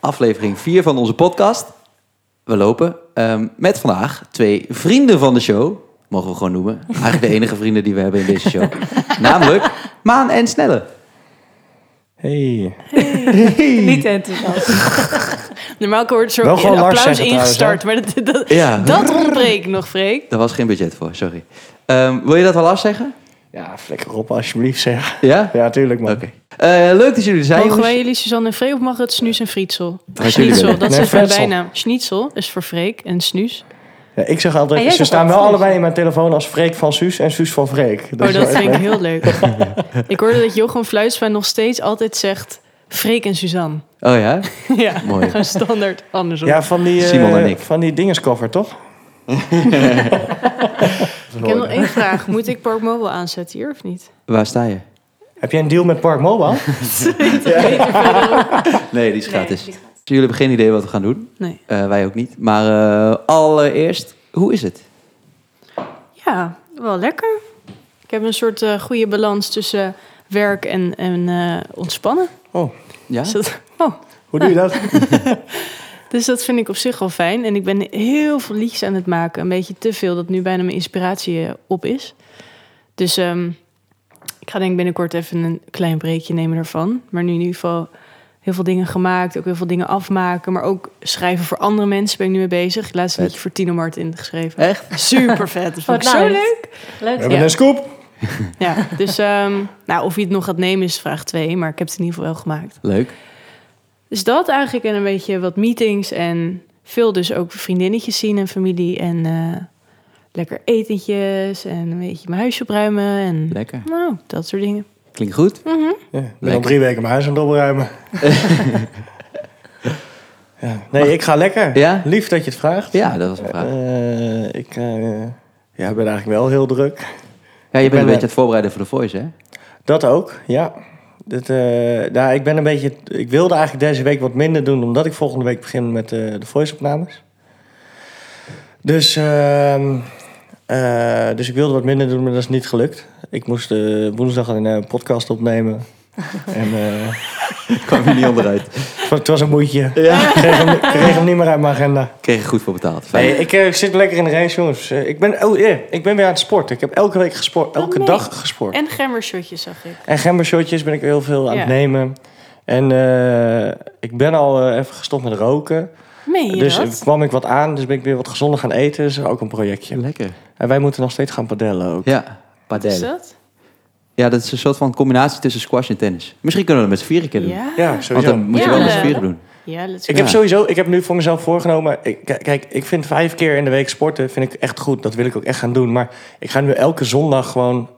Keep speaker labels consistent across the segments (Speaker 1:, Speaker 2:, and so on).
Speaker 1: aflevering 4 van onze podcast. We lopen ehm, met vandaag twee vrienden van de show. Mogen we gewoon noemen. Eigenlijk de enige vrienden die we hebben in deze show. Namelijk Maan en Snelle.
Speaker 2: Hey.
Speaker 3: Niet enthousiast.
Speaker 4: Normaal wordt er
Speaker 2: Wel
Speaker 4: zo'n
Speaker 2: gewoon Lars
Speaker 4: applaus
Speaker 2: zeggen trouwens,
Speaker 4: ingestart, maar dat, dat,
Speaker 1: Ja.
Speaker 4: dat ontbreekt nog, Freek.
Speaker 1: Daar was geen budget voor, sorry. Ehm, wil je dat wel afzeggen?
Speaker 2: Ja, flikker op alsjeblieft zeg.
Speaker 1: Ja?
Speaker 2: Ja, tuurlijk man.
Speaker 1: Oké. Eh, leuk dat jullie er zijn,
Speaker 4: Mogen
Speaker 1: jongens.
Speaker 4: wij jullie Suzanne en Freek of mag het Snuus en Frietsel?
Speaker 1: jullie
Speaker 4: Schnitzel,
Speaker 1: willen.
Speaker 4: dat
Speaker 2: Nee,
Speaker 4: is mijn
Speaker 2: Fretzel.
Speaker 4: bijnaam. Schnitzel is voor Freek en Snuus.
Speaker 2: Ja, ik zeg
Speaker 4: Ah,
Speaker 3: En jij
Speaker 2: altijd, ze
Speaker 3: zegt
Speaker 2: staan wel
Speaker 3: altijd Suus.
Speaker 2: allebei in mijn telefoon als Freek van Suus en Suus van Freek.
Speaker 4: Oh,
Speaker 2: is wel
Speaker 4: dat
Speaker 2: echt
Speaker 4: vind ik
Speaker 2: leuk.
Speaker 4: heel leuk. ik hoorde dat Jochem Fluitsma nog steeds altijd zegt Freek en Suzanne.
Speaker 1: Oh ja?
Speaker 4: ja,
Speaker 1: Mooi.
Speaker 4: gewoon standaard andersom.
Speaker 2: Ja, van die, eh,
Speaker 1: Simon en ik.
Speaker 2: Van die dingescover, toch?
Speaker 4: ik heb nog één vraag. Moet ik Park Mobile aanzetten hier of niet?
Speaker 1: Waar sta je?
Speaker 2: Heb jij een deal met Park Mobile?
Speaker 1: Nee, die is gratis. Jullie hebben geen idee wat we gaan doen.
Speaker 4: Nee.
Speaker 1: Eh, wij ook niet. Maar eh, allereerst, hoe is het?
Speaker 4: Ja, wel lekker. Ik heb een soort eh, goede balans tussen werk en, en eh, ontspannen.
Speaker 2: Oh,
Speaker 1: Ja?
Speaker 4: Dus dat, oh,
Speaker 2: hoe doe je dat?
Speaker 4: Dus dat vind ik op zich wel fijn. En ik ben heel veel liedjes aan het maken. Een beetje te veel dat nu bijna mijn inspiratie eh, op is. Dus ehm, ik ga denk ik binnenkort even een klein breekje nemen ervan. Maar nu in ieder geval heel veel dingen gemaakt. Ook heel veel dingen afmaken. Maar ook schrijven voor andere mensen ben ik nu mee bezig. Ik heb laatst
Speaker 1: Vet.
Speaker 4: een liedje voor Tino Martin geschreven.
Speaker 1: Echt? nou?
Speaker 4: Super vet. Dat vond ik
Speaker 3: Wat
Speaker 4: zo
Speaker 3: nice.
Speaker 4: leuk.
Speaker 2: Oh, We
Speaker 3: Leuk.
Speaker 2: hebben een scoop.
Speaker 4: Ja, dus ehm, nou, of je het nog gaat nemen is vraag 2. Maar ik heb het in ieder geval wel gemaakt.
Speaker 1: Leuk.
Speaker 4: Dus dat eigenlijk en een beetje wat meetings en veel dus ook vriendinnetjes zien en familie en eh, lekker etentjes en een beetje mijn huis opruimen en
Speaker 1: Lekker.
Speaker 4: nou, dat soort dingen.
Speaker 1: Klinkt goed.
Speaker 2: Ja, ik ben
Speaker 1: Lekker.
Speaker 2: al drie weken mijn huis aan het opruimen. ja. Nee, ik ga lekker.
Speaker 1: Ja?
Speaker 2: Lief dat je het vraagt.
Speaker 1: Ja, dat was een vraag.
Speaker 2: Eh, ik eh, ja, ben eigenlijk wel heel druk.
Speaker 1: Ja, je bent
Speaker 2: ben,
Speaker 1: een beetje
Speaker 2: eh,
Speaker 1: aan het voorbereiden voor de voice, hè?
Speaker 2: Dat ook, ja. Dat, eh, nou, ik ben een beetje. Ik wilde eigenlijk deze week wat minder doen, omdat ik volgende week begin met eh, de voice-opnames. Dus, ehm, eh, dus ik wilde wat minder doen, maar dat is niet gelukt. Ik moest eh, woensdag een eh, podcast opnemen. en, eh,
Speaker 1: Ik kwam er niet onderuit.
Speaker 2: het was een moeitje. Ik, kreeg hem, ik kreeg hem niet meer uit mijn agenda.
Speaker 1: Kreeg je goed voor betaald. Fijn.
Speaker 2: Nee, ik, eh, ik zit lekker in de race, jongens. Eh, ik, ben, oh, eh, ik ben weer aan het sporten. Ik heb elke week gesport, elke
Speaker 4: mee.
Speaker 2: dag gesport.
Speaker 4: En gemmershotjes zag ik.
Speaker 2: En gembershotjes ben ik heel veel aan
Speaker 4: Ja.
Speaker 2: het nemen. En eh, ik ben al eh, even gestopt met roken.
Speaker 4: Meen je
Speaker 2: dus
Speaker 4: dat?
Speaker 2: kwam ik wat aan, dus ben ik weer wat gezonder gaan eten. Dus ook een projectje.
Speaker 1: Lekker.
Speaker 2: En wij moeten nog steeds gaan padellen ook.
Speaker 1: Ja,
Speaker 4: Wat is
Speaker 1: padellen.
Speaker 4: dat?
Speaker 1: Ja, dat is een soort van combinatie tussen squash en tennis. Misschien kunnen we dat met z'n vieren een keer doen.
Speaker 4: Ja,
Speaker 2: Ja,
Speaker 1: Want
Speaker 2: sowieso.
Speaker 1: dan moet je
Speaker 4: Ja,
Speaker 1: wel met
Speaker 4: eh,
Speaker 1: z'n vieren doen.
Speaker 4: ja let's
Speaker 2: Ik
Speaker 4: go.
Speaker 2: heb sowieso, ik heb nu voor mezelf voorgenomen. Ik, k- kijk, ik vind vijf keer in de week sporten vind ik echt goed. Dat wil ik ook echt gaan doen. Maar ik ga nu elke zondag gewoon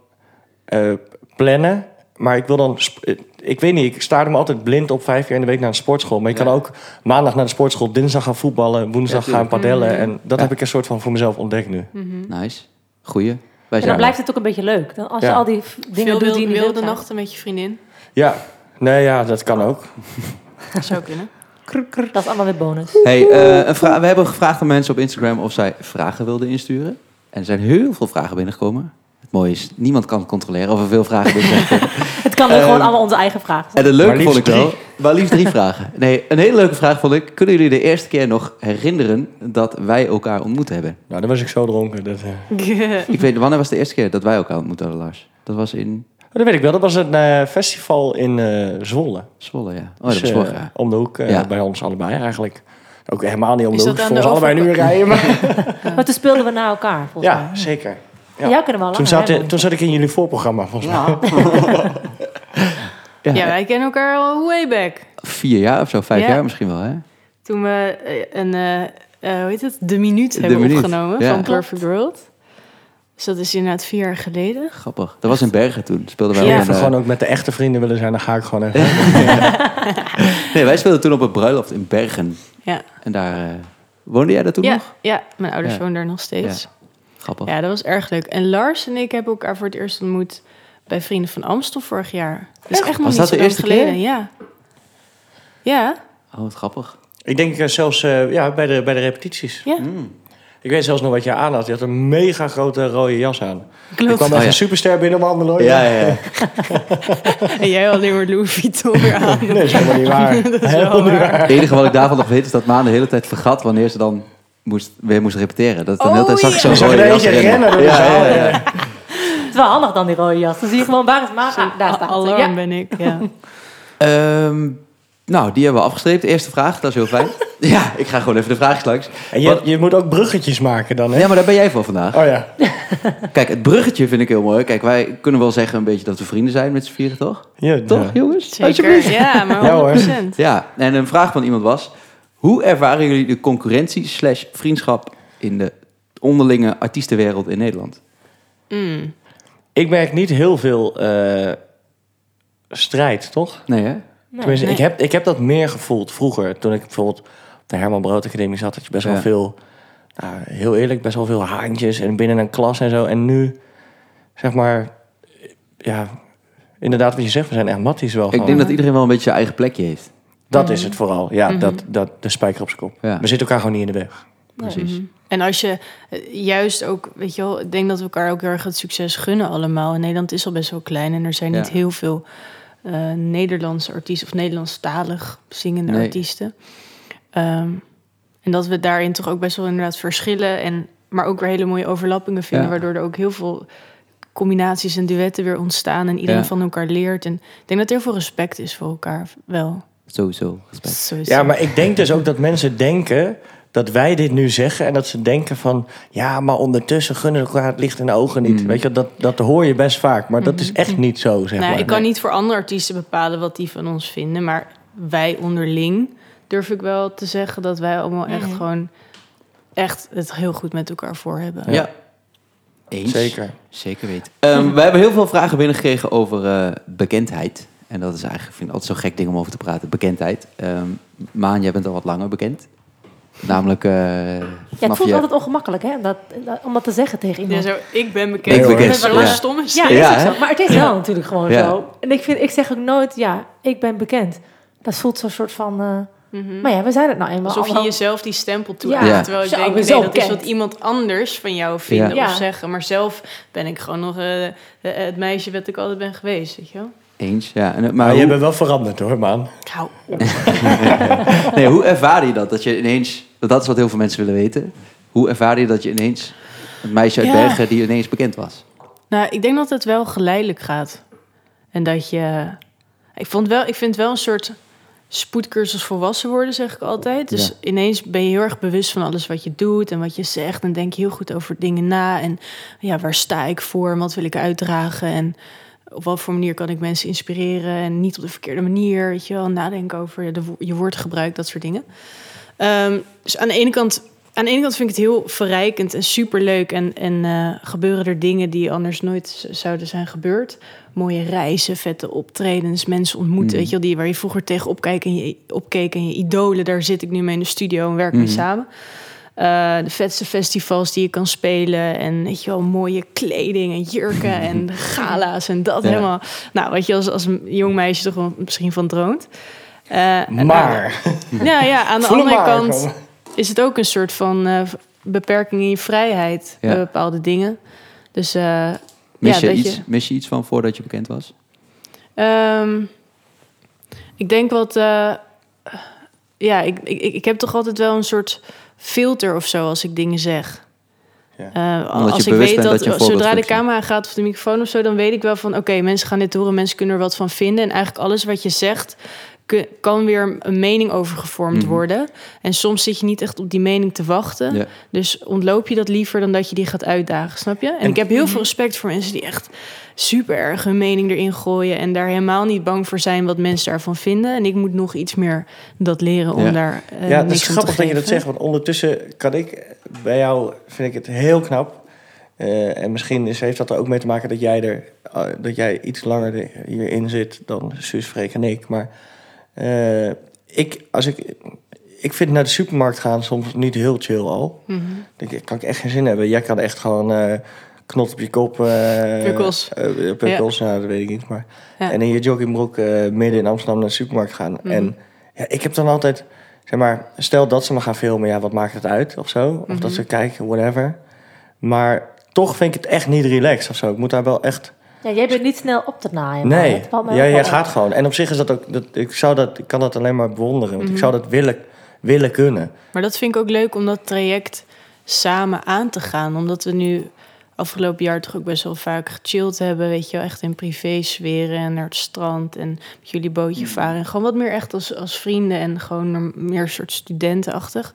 Speaker 2: eh, plannen. Maar ik wil dan, sp- eh, ik weet niet, ik staarde me altijd blind op vijf keer in de week naar de sportschool. Maar je
Speaker 1: Ja.
Speaker 2: kan ook maandag naar de sportschool, dinsdag gaan voetballen, woensdag
Speaker 1: Ja, Mm.
Speaker 2: gaan padellen. En dat
Speaker 1: Ja.
Speaker 2: heb ik een soort van voor mezelf ontdekt nu.
Speaker 1: Nice. Goeie. Wij
Speaker 3: Mhm. En dan
Speaker 1: zijn
Speaker 3: blijft het ook een beetje leuk. Dan als je
Speaker 2: Ja.
Speaker 3: al die v- dingen
Speaker 4: Veel
Speaker 3: doet die
Speaker 4: wilde,
Speaker 3: je
Speaker 4: wilde
Speaker 3: wilde nog.
Speaker 4: nachten met je vriendin.
Speaker 2: Ja, nee, ja, dat kan ook.
Speaker 4: Dat zou kunnen.
Speaker 3: Dat is allemaal weer bonus.
Speaker 1: Hey, eh, een vra- we hebben gevraagd aan mensen op Instagram of zij vragen wilden insturen. En er zijn heel veel vragen binnengekomen. Het mooie is, niemand kan controleren of er veel vragen binnen zijn gekomen.
Speaker 3: Het kan
Speaker 2: Ehm,
Speaker 3: ook gewoon allemaal onze eigen vragen zijn.
Speaker 1: En de
Speaker 2: Maar
Speaker 1: leuke
Speaker 2: liefst
Speaker 1: vond ik wel... Maar liefst drie vragen. Nee, een hele leuke vraag vond ik. Kunnen jullie de eerste keer nog herinneren dat wij elkaar ontmoet hebben?
Speaker 2: Nou, dan was ik zo dronken. Dat, eh.
Speaker 1: Mm. Ik weet, wanneer was de eerste keer dat wij elkaar ontmoet hadden, Lars? Dat was in
Speaker 2: Oh, dat weet ik wel. Dat was een eh, festival in eh, Zwolle.
Speaker 1: Zwolle, ja. Oh, dat
Speaker 2: Dus,
Speaker 1: was
Speaker 2: eh,
Speaker 1: vorig jaar.
Speaker 2: om de hoek eh,
Speaker 1: Ja.
Speaker 2: bij ons allebei eigenlijk. Ook helemaal niet om de
Speaker 4: Is
Speaker 2: hoek.
Speaker 4: dat
Speaker 2: Voor
Speaker 4: aan de
Speaker 2: ons allebei nu
Speaker 4: overkant?
Speaker 2: rijden. Maar...
Speaker 3: Maar toen speelden we na elkaar, volgens
Speaker 2: Ja,
Speaker 3: mij.
Speaker 2: zeker.
Speaker 3: Ja. Jou kunnen we al
Speaker 2: Toen
Speaker 3: langer
Speaker 2: zat,
Speaker 3: hebben.
Speaker 2: toen zat ik in jullie voorprogramma volgens mij.
Speaker 3: Ja.
Speaker 1: Ja,
Speaker 4: Ja, wij kennen elkaar al way back.
Speaker 1: Vier jaar of zo, vijf
Speaker 4: Ja.
Speaker 1: jaar misschien wel, hè?
Speaker 4: Toen we eh, een, eh, eh, hoe heet het? De Minuut
Speaker 1: De
Speaker 4: hebben
Speaker 1: Minuut,
Speaker 4: opgenomen
Speaker 1: ja.
Speaker 4: van Perfect World. Dus dat is inderdaad vier jaar geleden.
Speaker 1: Grappig. Dat was in Bergen toen. Speelden wij
Speaker 4: Ja.
Speaker 1: in,
Speaker 2: Even
Speaker 1: eh,
Speaker 2: gewoon ook met de echte vrienden willen zijn, dan ga ik gewoon even.
Speaker 1: Nee, wij speelden toen op een bruiloft in Bergen.
Speaker 4: Ja,
Speaker 1: En daar eh, woonde jij daar toen
Speaker 4: ja,
Speaker 1: nog?
Speaker 4: ja mijn ouders
Speaker 1: Ja.
Speaker 4: wonen daar nog steeds.
Speaker 1: Grappig.
Speaker 4: Ja. dat was erg leuk. En Lars en ik hebben elkaar voor het eerst ontmoet bij Vrienden van Amstel vorig jaar. Dat is echt nog
Speaker 1: Was
Speaker 4: niet
Speaker 1: dat
Speaker 4: zo
Speaker 1: de
Speaker 4: lang
Speaker 1: eerste
Speaker 4: geleden.
Speaker 1: keer?
Speaker 4: Ja. Ja,
Speaker 1: Oh, wat grappig.
Speaker 2: Ik denk eh, zelfs eh, ja, bij, de, bij de repetities.
Speaker 4: ja.
Speaker 2: Ik weet zelfs nog wat je aan had. Je had een mega grote rode jas aan. Ik
Speaker 4: Klopt.
Speaker 2: kwam echt
Speaker 1: Oh, ja.
Speaker 2: een superster binnenwandelen.
Speaker 1: Ja, ja, ja.
Speaker 4: En jij had alleen maar Louis Vuitton weer aan.
Speaker 2: Nee, dat is helemaal niet waar.
Speaker 4: Dat is
Speaker 2: Helemaal
Speaker 4: wel
Speaker 2: niet
Speaker 4: waar.
Speaker 1: Het enige wat ik daarvan nog weet is dat Maan de hele tijd vergat wanneer ze dan moest, weer moest repeteren. Dat dan de hele tijd zag ik
Speaker 4: Oh,
Speaker 1: zo'n
Speaker 4: ja.
Speaker 2: Zag je
Speaker 1: rode
Speaker 2: er
Speaker 1: jas
Speaker 2: eentje rennen door de
Speaker 1: Ja,
Speaker 2: zaal,
Speaker 1: ja, ja.
Speaker 2: ja.
Speaker 3: Het is wel handig dan, die rode jas. Dan zie je gewoon, waar is Maan? Ah, daar staat ze.
Speaker 4: Alarm
Speaker 3: Ja.
Speaker 4: ben ik, ja.
Speaker 1: Ehm, nou, die hebben we afgestreept. Eerste vraag, dat is heel fijn. ja, ik ga gewoon even de vraagjes langs.
Speaker 2: En je,
Speaker 1: Wat-
Speaker 2: je moet ook bruggetjes maken dan, hè?
Speaker 1: Ja, maar daar ben jij voor vandaag.
Speaker 2: Oh ja.
Speaker 1: Kijk, het bruggetje vind ik heel mooi. Kijk, wij kunnen wel zeggen een beetje dat we vrienden zijn met z'n vieren, toch?
Speaker 2: ja
Speaker 1: Toch,
Speaker 2: ja.
Speaker 1: jongens?
Speaker 4: Zeker, ja,
Speaker 2: Ja, hoor.
Speaker 4: maar 100%.
Speaker 1: Ja, en een vraag van iemand was... Hoe ervaren jullie de concurrentie slash vriendschap... in de onderlinge artiestenwereld in Nederland?
Speaker 4: Mm.
Speaker 2: Ik merk niet heel veel eh, strijd, toch?
Speaker 1: Nee, hè?
Speaker 3: Nee.
Speaker 2: Tenminste,
Speaker 4: nee.
Speaker 2: Ik, heb, ik heb dat meer gevoeld vroeger. Toen ik bijvoorbeeld op de Herman Brood Academie zat, had je best wel
Speaker 1: Ja.
Speaker 2: veel, nou, heel eerlijk, best wel veel haantjes en binnen een klas en zo. En nu, zeg maar, ja, inderdaad wat je zegt, we zijn echt matties wel.
Speaker 1: Ik
Speaker 2: gewoon.
Speaker 1: denk dat iedereen wel een beetje zijn eigen plekje heeft.
Speaker 2: Dat is het vooral. Ja, dat, dat, de spijker op zijn kop.
Speaker 1: Ja.
Speaker 2: We zitten elkaar gewoon niet in de weg.
Speaker 1: Precies.
Speaker 4: En als je eh, juist ook, weet je wel, ik denk dat we elkaar ook heel erg het succes gunnen allemaal. En Nederland is al best wel klein en er zijn
Speaker 1: Ja.
Speaker 4: niet heel veel eh, Nederlandse artiesten of Nederlandstalig zingende
Speaker 1: Nee.
Speaker 4: artiesten. Ehm, en dat we daarin toch ook best wel inderdaad verschillen en maar ook weer hele mooie overlappingen vinden,
Speaker 1: Ja.
Speaker 4: waardoor er ook heel veel combinaties en duetten weer ontstaan en iedereen
Speaker 1: Ja.
Speaker 4: van elkaar leert. En ik denk dat er heel veel respect is voor elkaar, wel.
Speaker 1: Sowieso. Respect.
Speaker 4: Sowieso.
Speaker 2: Ja, maar ik denk dus ook dat mensen denken dat wij dit nu zeggen en dat ze denken van ja, maar ondertussen gunnen elkaar het licht in de ogen niet. Weet je, dat, dat hoor je best vaak, maar dat is echt niet zo, zeg
Speaker 4: nou,
Speaker 2: maar.
Speaker 4: Mm-hmm. ik kan niet voor andere artiesten bepalen wat die van ons vinden, maar wij onderling durf ik wel te zeggen dat wij allemaal echt gewoon echt het heel goed met elkaar voor hebben.
Speaker 1: Ja. Eens.
Speaker 2: Zeker.
Speaker 1: Zeker weten. Ehm, we hebben heel veel vragen binnengekregen over eh, bekendheid. En dat is eigenlijk, ik vind ik altijd zo'n gek ding om over te praten, bekendheid. Ehm, Maan, jij bent al wat langer bekend. Namelijk eh
Speaker 3: Ja, het
Speaker 1: vanaf
Speaker 3: voelt
Speaker 1: je...
Speaker 3: altijd ongemakkelijk, hè? om Dat, om dat te zeggen tegen iemand.
Speaker 4: zo, ik ben
Speaker 1: bekend.
Speaker 2: Ik bekend,
Speaker 4: Wat
Speaker 1: ja.
Speaker 4: een stomme
Speaker 3: Ja,
Speaker 4: stem.
Speaker 3: dat is
Speaker 1: Ja,
Speaker 3: ook
Speaker 1: hè?
Speaker 3: zo. Maar het is wel natuurlijk gewoon
Speaker 1: Ja.
Speaker 3: zo. En ik, vind, ik zeg ook nooit, ja, ik ben bekend. Dat voelt zo'n soort van... eh, Maar ja, we zijn het nou eenmaal.
Speaker 4: Mhm. Alsof je
Speaker 3: allemaal.
Speaker 4: jezelf die stempel toe
Speaker 3: Ja.
Speaker 1: Ja.
Speaker 4: Terwijl ik
Speaker 3: Zo,
Speaker 4: denk,
Speaker 3: ik
Speaker 4: nee,
Speaker 3: ben zo
Speaker 4: dat is
Speaker 3: bekend.
Speaker 4: wat iemand anders van jou vinden
Speaker 3: Ja.
Speaker 4: of
Speaker 3: Ja.
Speaker 4: zeggen. Maar zelf ben ik gewoon nog eh, eh, het meisje wat ik altijd ben geweest, weet je wel?
Speaker 1: Eens, ja. En, eh, maar
Speaker 2: Maar
Speaker 1: hoe,
Speaker 2: je bent wel veranderd hoor, man.
Speaker 4: Ik hou
Speaker 1: nee, hoe ervaar je dat? Dat je ineens, want dat is wat heel veel mensen willen weten. Hoe ervaar je dat je ineens, het meisje uit
Speaker 4: Ja.
Speaker 1: Bergen die ineens bekend was?
Speaker 4: Nou, ik denk dat het wel geleidelijk gaat. En dat je. Ik, vond wel, ik vind wel een soort spoedcursus volwassen worden, zeg ik altijd. Dus
Speaker 1: Ja.
Speaker 4: ineens ben je heel erg bewust van alles wat je doet en wat je zegt. En denk je heel goed over dingen na. En ja, waar sta ik voor en wat wil ik uitdragen? En op wat voor manier kan ik mensen inspireren? En niet op de verkeerde manier, weet je wel. Nadenken over de, wo- je woordgebruik, dat soort dingen. Ehm, dus aan de ene kant aan de ene kant vind ik het heel verrijkend en superleuk. En, en eh, gebeuren er dingen die anders nooit z- zouden zijn gebeurd. Mooie reizen, vette optredens, mensen ontmoeten.
Speaker 2: Hmm.
Speaker 4: Weet je wel, die waar je vroeger tegen opkeek en je, opkeek en je idolen. Daar zit ik nu mee in de studio en werk
Speaker 2: Hmm.
Speaker 4: mee samen. Eh, de vetste festivals die je kan spelen. En weet je wel, mooie kleding en jurken en gala's en dat
Speaker 1: Ja.
Speaker 4: helemaal. Nou, wat je als, als een jong meisje toch wel misschien van droomt. Eh, en aan de-
Speaker 2: Maar,
Speaker 4: ja, ja, aan de
Speaker 2: Voel hem
Speaker 4: andere
Speaker 2: maar
Speaker 4: kant
Speaker 2: aankomen.
Speaker 4: is het ook een soort van eh, v- beperking in je vrijheid
Speaker 1: Ja.
Speaker 4: bij bepaalde dingen. Dus eh,
Speaker 1: Mis,
Speaker 4: ja,
Speaker 1: je
Speaker 4: dat
Speaker 1: iets,
Speaker 4: je.
Speaker 1: mis je iets van voordat je bekend was?
Speaker 4: Ehm, ik denk wat. eh, ja, ik, ik, ik ik heb toch altijd wel een soort filter of zo als ik dingen zeg.
Speaker 2: Ja.
Speaker 4: Eh,
Speaker 1: Omdat je
Speaker 4: als ik
Speaker 1: bewust
Speaker 4: weet
Speaker 1: bent dat
Speaker 4: dat,
Speaker 1: je een
Speaker 4: zodra de
Speaker 1: voorbeeldfunctie-
Speaker 4: camera gaat of de microfoon of zo, dan weet ik wel van oké, mensen gaan dit horen, mensen kunnen er wat van vinden. En eigenlijk alles wat je zegt, kun- kan weer een mening over gevormd
Speaker 1: Mhm.
Speaker 4: worden. En soms zit je niet echt op die mening te wachten.
Speaker 1: Ja.
Speaker 4: Dus ontloop je dat liever dan dat je die gaat uitdagen, snap je? En, ik heb heel
Speaker 1: Mhm.
Speaker 4: veel respect voor mensen die echt super erg hun mening erin gooien en daar helemaal niet bang voor zijn wat mensen daarvan vinden. En ik moet nog iets meer dat leren om
Speaker 1: Ja.
Speaker 4: daar. eh,
Speaker 2: ja, het
Speaker 4: niks
Speaker 2: is
Speaker 4: om te
Speaker 2: grappig dat je dat
Speaker 4: geven.
Speaker 2: zegt, want ondertussen kan ik eh, bij jou, vind ik het heel knap. Eh, en misschien is, heeft dat er ook mee te maken dat jij, er, eh, dat jij iets langer de- hierin zit dan Suus, Freek en ik. Maar eh, ik, als ik, ik vind naar de supermarkt gaan soms niet heel chill al.
Speaker 4: Mhm.
Speaker 2: Ik Daar kan ik echt geen zin hebben. Jij kan echt gewoon eh, knot op je kop. eh,
Speaker 4: Pukkels.
Speaker 2: eh, pukkels, nou, dat weet ik niet. Maar.
Speaker 4: Ja. Mhm.
Speaker 2: En in je joggingbroek eh, midden in Amsterdam naar de supermarkt gaan. En ja, ik heb dan altijd... Zeg maar, stel dat ze me gaan filmen, ja, wat maakt het uit of zo? Of
Speaker 4: Mhm.
Speaker 2: dat ze kijken, whatever. Maar toch vind ik het echt niet relaxed of zo. Ik moet daar wel echt...
Speaker 3: Ja, jij bent niet snel op te naaien. maar
Speaker 2: Nee,
Speaker 3: het valt mij
Speaker 2: ja,
Speaker 3: ook wel
Speaker 2: jij
Speaker 3: op.
Speaker 2: gaat gewoon. En op zich is dat ook... Dat, ik, zou dat, ik kan dat alleen maar bewonderen. Want
Speaker 4: Mhm.
Speaker 2: ik zou dat willen, willen kunnen.
Speaker 4: Maar dat vind ik ook leuk om dat traject samen aan te gaan. Omdat we nu afgelopen jaar toch ook best wel vaak gechilled hebben. Weet je wel, echt in privé-sferen en naar het strand en met jullie bootje
Speaker 2: Mhm.
Speaker 4: varen. En gewoon wat meer echt als, als vrienden en gewoon een- meer een soort studentenachtig.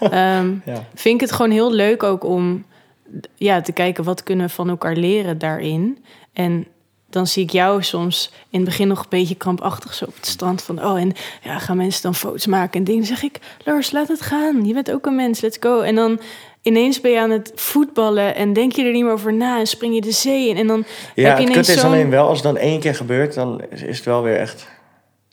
Speaker 4: Ehm,
Speaker 2: Ja.
Speaker 4: vind ik het gewoon heel leuk ook om ja, te kijken wat kunnen we van elkaar leren daarin. En dan zie ik jou soms in het begin nog een beetje krampachtig zo op het strand van... oh, en ja, gaan mensen dan foto's maken en dingen? Dan zeg ik, Lars, laat het gaan. Je bent ook een mens, let's go. En dan ineens ben je aan het voetballen en denk je er niet meer over na... en spring je de zee in en dan
Speaker 2: Ja,
Speaker 4: heb je
Speaker 2: het
Speaker 4: ineens
Speaker 2: kut is
Speaker 4: zo'n...
Speaker 2: alleen wel, als het dan één keer gebeurt, dan is, is het wel weer echt...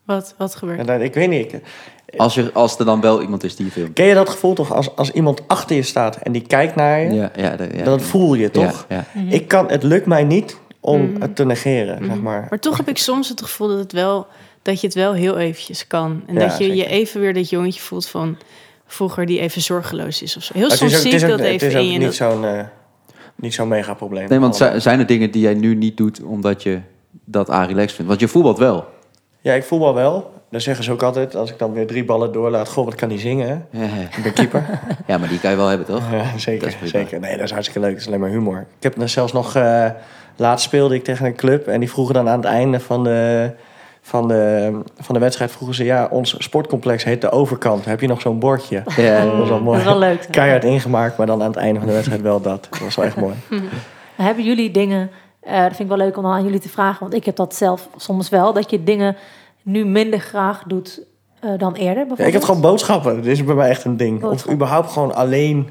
Speaker 4: Wat, wat gebeurt?
Speaker 2: En dan, ik weet niet, ik-
Speaker 1: Als er, als er dan wel iemand is die je filmt.
Speaker 2: ken je dat gevoel toch? Als, als iemand achter je staat en die kijkt naar je,
Speaker 1: Ja, ja, de- ja.
Speaker 2: dan voel je
Speaker 1: Ja,
Speaker 2: toch?
Speaker 1: ja.
Speaker 4: Mhm.
Speaker 2: Ik kan, het lukt mij niet om het te negeren, zeg maar.
Speaker 4: Maar toch heb ik soms het gevoel dat, het wel, dat je het wel heel eventjes kan. En
Speaker 2: Ja,
Speaker 4: dat je je
Speaker 2: zeker.
Speaker 4: even weer dat jongetje voelt van vroeger die even zorgeloos is of zo. Heel
Speaker 2: Maar
Speaker 4: soms zie ik dat
Speaker 2: het
Speaker 4: even
Speaker 2: is ook
Speaker 4: in je.
Speaker 2: niet
Speaker 4: Dat,
Speaker 2: zo'n eh, niet zo'n mega probleem.
Speaker 1: Nee, want
Speaker 2: Allemaal.
Speaker 1: zi- zijn er dingen die jij nu niet doet omdat je dat aan relaxed vindt? Want je voetbalt wel.
Speaker 2: Ja, ik voetbal wel. Dan zeggen ze ook altijd, als ik dan weer drie ballen doorlaat... Goh, wat kan die zingen, hè? Ik ben keeper.
Speaker 1: Ja, maar die kan je wel hebben, toch?
Speaker 2: Ja,
Speaker 1: Dat
Speaker 2: zeker,
Speaker 1: is prima.
Speaker 2: zeker. Nee, dat is hartstikke leuk. Dat is alleen maar humor. Ik heb dan zelfs nog... eh, laatst speelde ik tegen een club... en die vroegen dan aan het einde van de, van de, van de wedstrijd... vroegen ze, ja, ons sportcomplex heet De Overkant. Heb je nog zo'n bordje? Dat was
Speaker 1: Ja.
Speaker 2: wel
Speaker 3: Dat
Speaker 2: mooi.
Speaker 3: is wel leuk.
Speaker 2: Keihard ingemaakt, maar dan aan het einde van de wedstrijd wel dat. Dat was wel echt mooi.
Speaker 3: Hebben jullie dingen, eh, dat vind ik wel leuk om dan aan jullie te vragen, want ik heb dat zelf soms wel, dat je dingen nu minder graag doet eh, dan eerder
Speaker 2: Ja, ik heb
Speaker 3: bijvoorbeeld?
Speaker 2: gewoon boodschappen. Dit is bij mij echt een ding. Of
Speaker 3: Boodschappen.
Speaker 2: überhaupt gewoon alleen,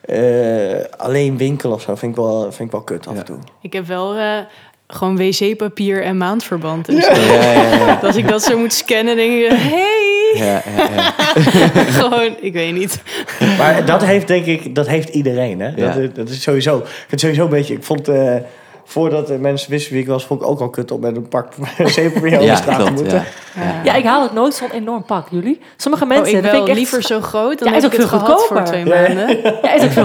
Speaker 2: eh, alleen winkelen of zo. Vind ik wel, vind ik wel kut af en
Speaker 1: Ja.
Speaker 2: toe.
Speaker 4: ik heb wel eh, gewoon wc-papier en maandverband. En zo.
Speaker 1: Ja, ja, ja.
Speaker 4: Dat als ik dat zo moet scannen, denk ik, hey!
Speaker 1: Ja, ja, ja.
Speaker 4: gewoon, ik weet niet.
Speaker 2: Maar dat heeft denk ik, dat heeft iedereen. Hè?
Speaker 1: Ja.
Speaker 2: Dat, dat is sowieso. Ik vind het sowieso een beetje. Ik vond eh, voordat de mensen wisten wie ik was, vond ik ook al kut om met een pak zeepapier over de
Speaker 1: Ja,
Speaker 2: straat te
Speaker 1: klopt.
Speaker 2: moeten.
Speaker 1: Ja.
Speaker 4: Ja.
Speaker 3: Ja, ik haal het nooit zo'n enorm pak, jullie. Sommige
Speaker 4: oh,
Speaker 3: mensen,
Speaker 4: ik
Speaker 3: dat
Speaker 4: wel
Speaker 3: vind ik echt-
Speaker 4: liever zo groot, dan
Speaker 3: Ja,
Speaker 4: heb
Speaker 3: is
Speaker 4: ik het
Speaker 3: ook veel
Speaker 4: gehad voor
Speaker 3: goedkoper.
Speaker 4: twee
Speaker 2: Ja.
Speaker 4: maanden.
Speaker 3: Ja, is ook veel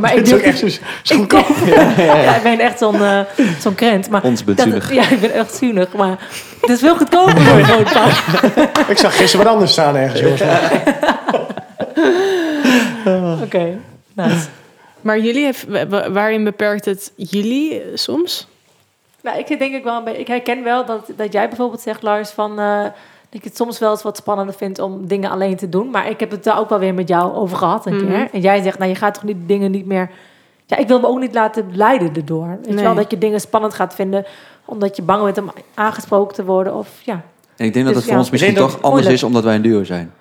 Speaker 3: maar ik
Speaker 2: Het is
Speaker 3: durf
Speaker 2: ook echt zo- zo'n
Speaker 3: ik, ja, ik ben echt zo'n eh, zo'n krent. Maar
Speaker 1: Ons bent
Speaker 3: dat-
Speaker 1: zuinig.
Speaker 3: Ja, ik ben echt zuinig, maar het is veel goedkoper voor een groot pak.
Speaker 2: Ik zag gisteren wat anders staan ergens. jongens.
Speaker 3: Oké, nice.
Speaker 4: Maar jullie, heeft, wa- wa- waarin beperkt het jullie eh, soms?
Speaker 3: Nou, ik denk ik wel een beetje. Ik herken wel dat, dat jij bijvoorbeeld zegt, Lars, van eh, dat ik het soms wel eens wat spannender vind om dingen alleen te doen. Maar ik heb het daar ook wel weer met jou over gehad een
Speaker 4: Mhm.
Speaker 3: keer. En jij zegt, nou, je gaat toch niet dingen niet meer. Ja, ik wil me ook niet laten leiden erdoor. Weet
Speaker 4: Nee.
Speaker 3: je wel dat je dingen spannend gaat vinden omdat je bang bent om aangesproken te worden of ja.
Speaker 1: En ik denk dat
Speaker 3: Dus
Speaker 1: het voor
Speaker 3: ja.
Speaker 1: ons misschien
Speaker 2: Ik denk
Speaker 1: toch
Speaker 2: dat-
Speaker 1: anders
Speaker 3: Moeilijk.
Speaker 1: is omdat wij een duo zijn. Want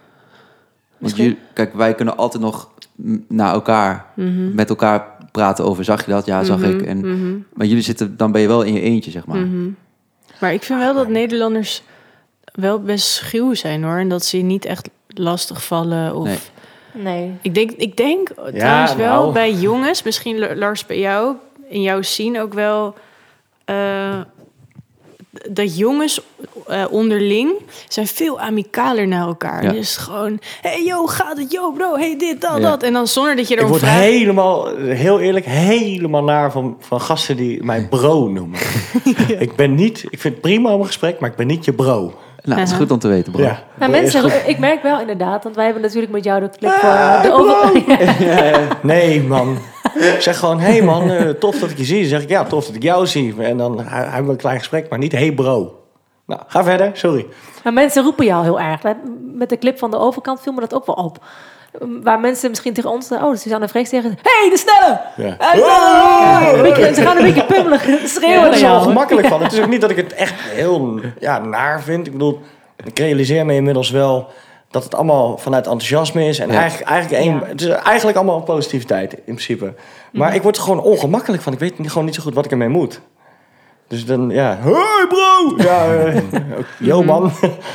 Speaker 4: Misschien.
Speaker 1: jullie, kijk, wij kunnen altijd nog m, naar elkaar,
Speaker 3: Mhm.
Speaker 1: met elkaar praten over. Zag je dat? Ja, zag ik. En,
Speaker 3: Mm.
Speaker 4: Mhm.
Speaker 1: Maar jullie zitten, dan ben je wel in je eentje, zeg
Speaker 3: Mhm.
Speaker 1: maar.
Speaker 4: Maar ik vind wel
Speaker 2: Ah,
Speaker 4: dat Nederlanders wel best schuw zijn hoor. En dat ze je niet echt lastig vallen. Of...
Speaker 1: Nee.
Speaker 3: Nee.
Speaker 4: Ik denk, ik denk trouwens wel
Speaker 2: nou.
Speaker 4: bij jongens, misschien La- Lars bij jou, in jouw zien ook wel. eh, dat jongens eh, onderling zijn veel amicaler naar elkaar.
Speaker 1: Ja.
Speaker 4: Dus gewoon, hey yo, gaat het, yo bro, hey dit, dat,
Speaker 1: Ja.
Speaker 4: dat. En dan zonder dat je
Speaker 2: Ik
Speaker 4: erom
Speaker 2: word
Speaker 4: vraagt.
Speaker 2: helemaal, heel eerlijk, helemaal naar van, van gasten die mij bro noemen. Ik ben niet, ik vind het prima om een gesprek, maar ik ben niet je bro.
Speaker 1: Nou, het is
Speaker 4: Aha.
Speaker 1: goed om te weten, bro.
Speaker 2: Ja.
Speaker 3: Nou,
Speaker 2: Dat is
Speaker 3: mensen,
Speaker 2: goed. Ah,
Speaker 3: ik merk wel inderdaad, want wij hebben natuurlijk met jou de klik voor eh, de over.
Speaker 2: Nee, man. Ik zeg gewoon, hé hey man, eh, tof dat ik je zie. Dan zeg ik, ja, tof dat ik jou zie. En dan he- hebben we een klein gesprek, maar niet, hey bro. Nou, ga verder, sorry.
Speaker 3: Maar Nou, mensen roepen jou heel erg. Wij- Met de clip van de overkant viel me dat ook wel op. Um, Waar mensen misschien tegen ons, oh, Suzanne Vrees tegen, hey, de snelle!
Speaker 2: Ja.
Speaker 3: Hey, de snelle! Een beetje- Ze gaan een beetje pummelig schreeuwen
Speaker 2: Ja, dat
Speaker 3: naar
Speaker 2: is er wel
Speaker 3: jou.
Speaker 2: gemakkelijk van. Het is ook niet dat ik het echt heel ja, naar vind. Ik bedoel, ik realiseer me inmiddels wel dat het allemaal vanuit enthousiasme is. En
Speaker 1: Ja.
Speaker 2: eigenlijk, eigenlijk, één-
Speaker 3: Ja.
Speaker 2: het is eigenlijk allemaal positiviteit in principe. Maar ik word er gewoon ongemakkelijk van. Ik weet niet- gewoon niet zo goed wat ik ermee moet. Dus dan, ja, hey bro! Ja, eh, ook, yo man,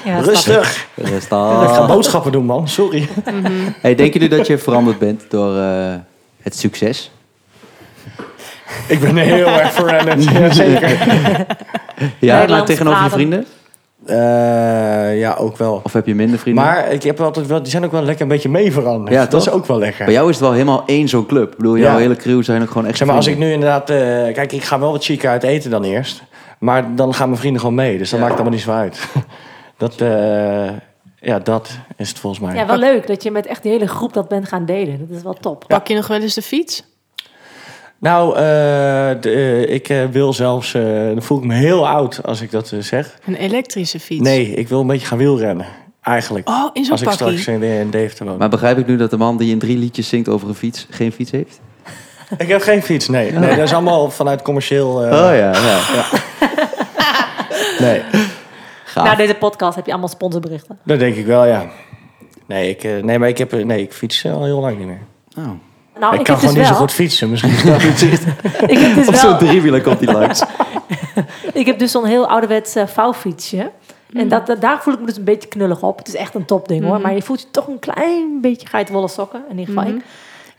Speaker 3: Ja, snap
Speaker 2: rustig. Ah.
Speaker 1: Rest
Speaker 2: Ik ga
Speaker 1: al.
Speaker 2: boodschappen doen, man. Sorry.
Speaker 1: Hey, denken jullie dat je veranderd bent door eh, het succes?
Speaker 2: Ik ben heel erg veranderd. Jazeker.
Speaker 1: Ja, maar
Speaker 3: Nederlands
Speaker 1: tegenover je
Speaker 3: praten.
Speaker 1: vrienden?
Speaker 2: Eh, ja, ook wel.
Speaker 1: Of heb je minder vrienden?
Speaker 2: Maar ik heb altijd wel, die zijn ook wel lekker een beetje mee veranderd.
Speaker 1: Ja,
Speaker 2: dat is
Speaker 1: toch?
Speaker 2: ook wel lekker.
Speaker 1: Bij jou is het wel helemaal één zo'n club. Ik bedoel, jouw
Speaker 2: Ja.
Speaker 1: hele crew zijn ook gewoon echt
Speaker 2: Zeg maar, als ik
Speaker 1: vrienden.
Speaker 2: nu inderdaad... eh, kijk, ik ga wel wat chic uit eten dan eerst. Maar dan gaan mijn vrienden gewoon mee. Dus dat maakt allemaal niet zo uit. dat, eh, ja, dat is het volgens mij.
Speaker 3: Ja, wel leuk dat je met echt die hele groep dat bent gaan delen. Dat is wel top.
Speaker 4: Pak je nog wel eens de fiets?
Speaker 2: Nou, eh, de, eh, ik eh, wil zelfs... eh, dan voel ik me heel oud als ik dat eh, zeg.
Speaker 4: Een elektrische fiets?
Speaker 2: Nee, ik wil een beetje gaan wielrennen. Eigenlijk.
Speaker 4: Oh, in zo'n
Speaker 2: als ik
Speaker 4: pakkie.
Speaker 2: straks in, in Deventer woon.
Speaker 1: Maar begrijp ik nu dat de man die in drie liedjes zingt over een fiets, geen fiets heeft?
Speaker 2: Ik heb geen fiets, nee. nee dat is allemaal vanuit commercieel... eh,
Speaker 1: oh ja, ja.
Speaker 2: Nee,
Speaker 1: Gaaf.
Speaker 3: Na deze podcast heb je allemaal sponsorberichten.
Speaker 2: dat denk ik wel, ja. Nee, ik, eh, nee maar ik, heb, eh, nee, ik fiets eh, al heel lang niet meer.
Speaker 1: Oh.
Speaker 3: Nou,
Speaker 2: ik,
Speaker 3: ik,
Speaker 2: kan
Speaker 3: heb
Speaker 2: gewoon
Speaker 3: dus
Speaker 2: niet
Speaker 3: wel,
Speaker 2: zo goed fietsen. Misschien is dat het.
Speaker 3: Ik heb dus
Speaker 1: Op
Speaker 3: wel
Speaker 1: zo'n driewieler komt hij langs.
Speaker 3: Ik heb dus zo'n heel ouderwets eh, vouwfietsje. En dat, dat- daar voel ik me dus een beetje knullig op. Het is echt een topding hoor.
Speaker 4: Mhm.
Speaker 3: Maar je voelt je toch een klein beetje geitwolle sokken. In ieder geval
Speaker 4: Mhm.
Speaker 3: ik.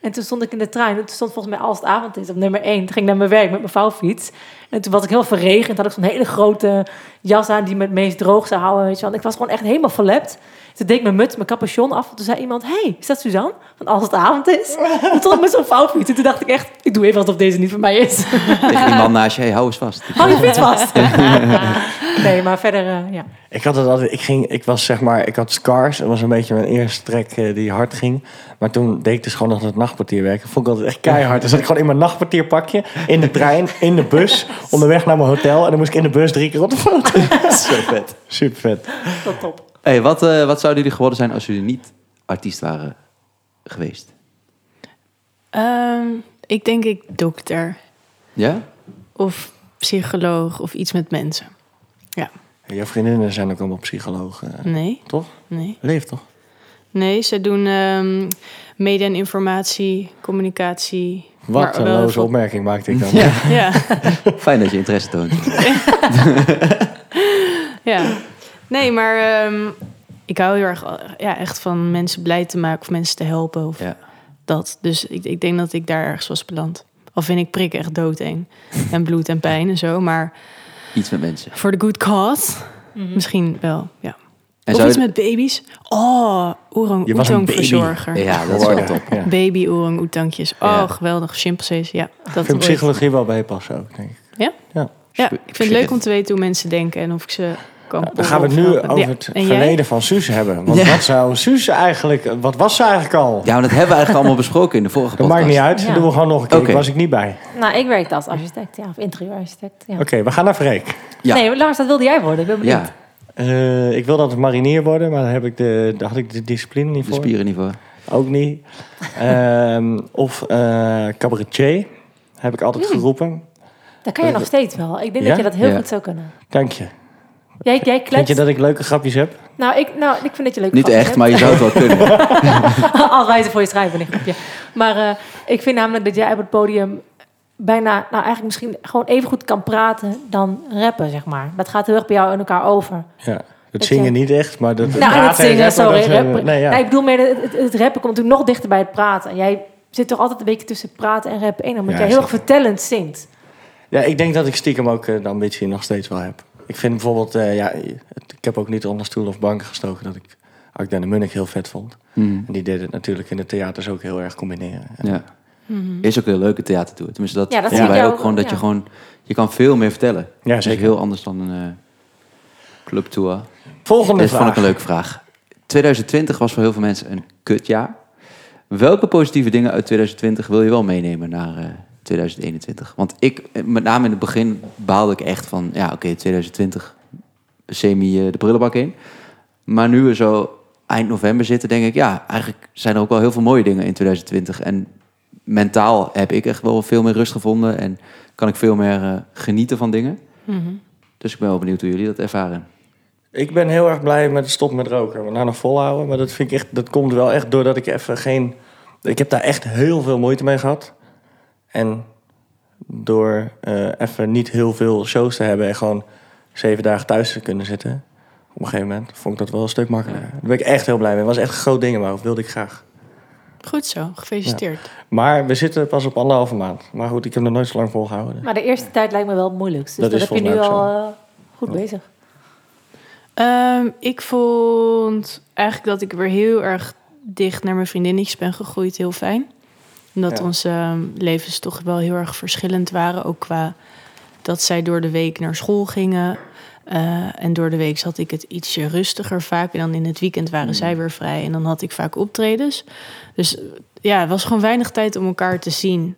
Speaker 3: En toen stond ik in de trein. En toen stond volgens mij als het avond is op nummer 1. Toen ging ik naar mijn werk met mijn vouwfiets. En toen was ik heel verregend. Had ik zo'n hele grote jas aan die me het meest droog zou houden. Weet je. wel. En ik was gewoon echt helemaal verlept. Toen deed ik mijn muts, mijn capuchon af. En toen zei iemand, hey, is dat Suzanne? Van als het avond is. Toen stond ik met zo'n vouwfiets. En toen dacht ik echt, ik doe even alsof deze niet voor mij is.
Speaker 1: Tegen die man naast je, hey, hou eens vast.
Speaker 3: Hou Oh, je fiets vast. nee, maar verder, eh, ja.
Speaker 2: Ik had het altijd, ik ging, ik was zeg maar, ik had scars. Dat was een beetje mijn eerste trek eh, die hard ging. Maar toen deed ik dus gewoon nog het nachtpartier werken. Vond ik altijd echt keihard. Dan zat ik gewoon in mijn nachtpartierpakje, in de trein, in de bus, onderweg naar mijn hotel. En dan moest ik in de bus drie keer op de foto.
Speaker 1: Zo vet.
Speaker 2: Super vet.
Speaker 3: Dat top.
Speaker 1: Hey, wat, eh, wat zouden jullie geworden zijn als jullie niet artiest waren geweest?
Speaker 4: Ehm, ik denk ik dokter
Speaker 1: Ja?
Speaker 4: of psycholoog of iets met mensen.
Speaker 2: Jouw vriendinnen zijn ook allemaal psychologen. eh,
Speaker 4: Nee,
Speaker 2: Toch?
Speaker 4: nee.
Speaker 2: Leeft toch?
Speaker 4: Nee, ze doen ehm, media en informatie, communicatie.
Speaker 2: Wat
Speaker 4: maar
Speaker 2: een
Speaker 4: wel
Speaker 2: loze
Speaker 4: veel-
Speaker 2: opmerking maakte ik dan.
Speaker 1: Ja.
Speaker 4: Ja.
Speaker 1: Fijn dat je interesse toont.
Speaker 4: Ja. Nee, maar ehm, ik hou heel erg ja, echt van mensen blij te maken of mensen te helpen of
Speaker 1: Ja.
Speaker 4: dat. Dus ik, ik denk dat ik daar ergens was beland. Al vind ik prik echt doodeng. En bloed en pijn en zo. Maar
Speaker 1: Iets met mensen.
Speaker 4: voor de good cause misschien wel, ja.
Speaker 1: En
Speaker 4: of
Speaker 1: zou
Speaker 4: iets
Speaker 1: je-
Speaker 4: met baby's. Oh, orang
Speaker 2: Je was een
Speaker 4: oetang
Speaker 2: baby.
Speaker 4: verzorger.
Speaker 1: Ja, dat is wel top.
Speaker 2: Ja.
Speaker 4: Baby orang oetangjes. Oh,
Speaker 1: Ja.
Speaker 4: geweldig. Chimpansees, ja. Dat
Speaker 2: Ik vind
Speaker 4: ooit.
Speaker 2: psychologie wel bij je passen ook, denk ik.
Speaker 4: Ja,
Speaker 1: Sp-
Speaker 4: ik vind het leuk om te weten hoe mensen denken en of ik ze kan
Speaker 2: Dan gaan we het nu
Speaker 4: ophelpen.
Speaker 2: over
Speaker 4: Ja.
Speaker 2: het
Speaker 4: En jij?
Speaker 2: verleden van Suus hebben. Want
Speaker 1: Ja.
Speaker 2: wat zou Suus eigenlijk... Wat was ze eigenlijk al?
Speaker 1: Ja, maar dat hebben we eigenlijk allemaal besproken in de vorige
Speaker 2: Dat
Speaker 1: podcast.
Speaker 2: maakt niet uit.
Speaker 3: Ja.
Speaker 2: Dat doen we gewoon nog een keer.
Speaker 1: Oké.
Speaker 2: Was ik niet bij.
Speaker 3: Nou, ik werkte als architect, ja. Of interieurarchitect, ja.
Speaker 2: Oké, we gaan naar Freek.
Speaker 1: Ja.
Speaker 3: Nee, Lars, dat wilde jij worden. Ik ben benieuwd.
Speaker 1: Ja,
Speaker 2: Eh, ik wilde altijd marinier worden, maar daar, heb ik de, daar had ik de discipline niet
Speaker 1: de
Speaker 2: voor.
Speaker 1: spieren niet voor.
Speaker 2: Ook niet. Ehm, of eh cabaretier, heb ik altijd geroepen.
Speaker 3: Dat kan je nog steeds wel. Ik denk
Speaker 2: Ja?
Speaker 3: dat je dat heel
Speaker 1: Ja.
Speaker 3: goed zou kunnen.
Speaker 2: Dank je.
Speaker 3: Jij, jij
Speaker 2: Denk
Speaker 3: kletst.
Speaker 2: je dat ik leuke grapjes heb?
Speaker 3: Nou, ik, nou, ik vind dat je leuk
Speaker 1: Niet
Speaker 3: grapjes
Speaker 1: echt,
Speaker 3: hebt.
Speaker 1: maar je zou het wel kunnen.
Speaker 3: Al wijzen voor je schrijven, een grapje. Maar eh, ik vind namelijk dat jij op het podium bijna, nou eigenlijk misschien gewoon even goed kan praten dan rappen, zeg maar. Dat gaat heel erg bij jou in elkaar over.
Speaker 2: Ja. Het
Speaker 3: Dat
Speaker 2: zingen
Speaker 3: je-
Speaker 2: niet echt, maar dat
Speaker 3: Nou, en het
Speaker 2: praten en
Speaker 3: zingen,
Speaker 2: rappen,
Speaker 3: sorry.
Speaker 2: dat, eh,
Speaker 3: rappen.
Speaker 2: nee, ja.
Speaker 3: Nee, ik bedoel, meer, dat het, het, het rappen komt natuurlijk nog dichter bij het praten. En jij zit toch altijd een beetje tussen praten en rappen in, omdat
Speaker 2: Ja,
Speaker 3: jij heel erg
Speaker 2: zeker.
Speaker 3: vertellend zingt.
Speaker 2: Ja, ik denk dat ik stiekem ook eh, de ambitie nog steeds wel heb. Ik vind bijvoorbeeld, eh, ja, het- ik heb ook niet onder stoel of bank gestoken dat ik Akda de Munnik heel vet vond.
Speaker 1: Hmm,
Speaker 2: En die deed het natuurlijk in de theaters ook heel erg combineren.
Speaker 1: Ja. Is ook een leuke theatertour. Tenminste, dat,
Speaker 3: Mhm. Ja, dat
Speaker 1: dat
Speaker 3: zie ik
Speaker 1: wij
Speaker 3: jou
Speaker 1: ook gewoon. Dat je
Speaker 3: ja.
Speaker 1: gewoon... Je kan veel meer vertellen.
Speaker 2: Ja,
Speaker 1: Dat is
Speaker 2: zeker.
Speaker 1: heel anders dan een eh, clubtour.
Speaker 2: Volgende
Speaker 1: Dit vond
Speaker 2: vraag.
Speaker 1: ik een leuke vraag. 2020 was voor heel veel mensen een kutjaar. Welke positieve dingen uit 2020 wil je wel meenemen naar eh, 2021? Want ik, eh, met name in het begin, baalde ik echt van... Ja, oké, 2020, semi eh, de prullenbak in. Maar nu we zo eind november zitten, denk ik... Ja, eigenlijk zijn er ook wel heel veel mooie dingen in 2020. En mentaal heb ik echt wel veel meer rust gevonden. En kan ik veel meer eh, genieten van dingen.
Speaker 4: Mhm.
Speaker 1: Dus ik ben wel benieuwd hoe jullie dat ervaren.
Speaker 2: Ik ben heel erg blij met het stop met roken. Maar nou nog volhouden. Maar dat, vind ik echt, dat komt wel echt doordat ik even geen... Ik heb daar echt heel veel moeite mee gehad. En door eh, even niet heel veel shows te hebben... en gewoon zeven dagen thuis te kunnen zitten... op een gegeven moment vond ik dat wel een stuk makkelijker. Daar ben ik echt heel blij mee. Het was echt een groot ding, maar dat wilde ik graag.
Speaker 4: Goed zo, gefeliciteerd.
Speaker 2: Maar we zitten pas op anderhalve maand. Maar goed, ik heb nog nooit zo lang volgehouden.
Speaker 3: Maar de eerste tijd lijkt me wel het moeilijkst. Dus
Speaker 2: Dat
Speaker 3: dat,
Speaker 2: is
Speaker 3: heb je nu
Speaker 2: volgens mij
Speaker 3: al
Speaker 2: ook
Speaker 3: eh, goed bezig.
Speaker 4: Ehm, Ehm, ik vond eigenlijk dat ik weer heel erg dicht naar mijn vriendinnetjes ben gegroeid. Heel fijn. Omdat
Speaker 2: Ja.
Speaker 4: onze ehm, levens toch wel heel erg verschillend waren. Ook qua dat zij door de week naar school gingen. Eh, en door de week zat ik het ietsje rustiger vaak. En dan in het weekend waren
Speaker 1: Mm.
Speaker 4: zij weer vrij. En dan had ik vaak optredens. Dus eh, ja, het was gewoon weinig tijd om elkaar te zien.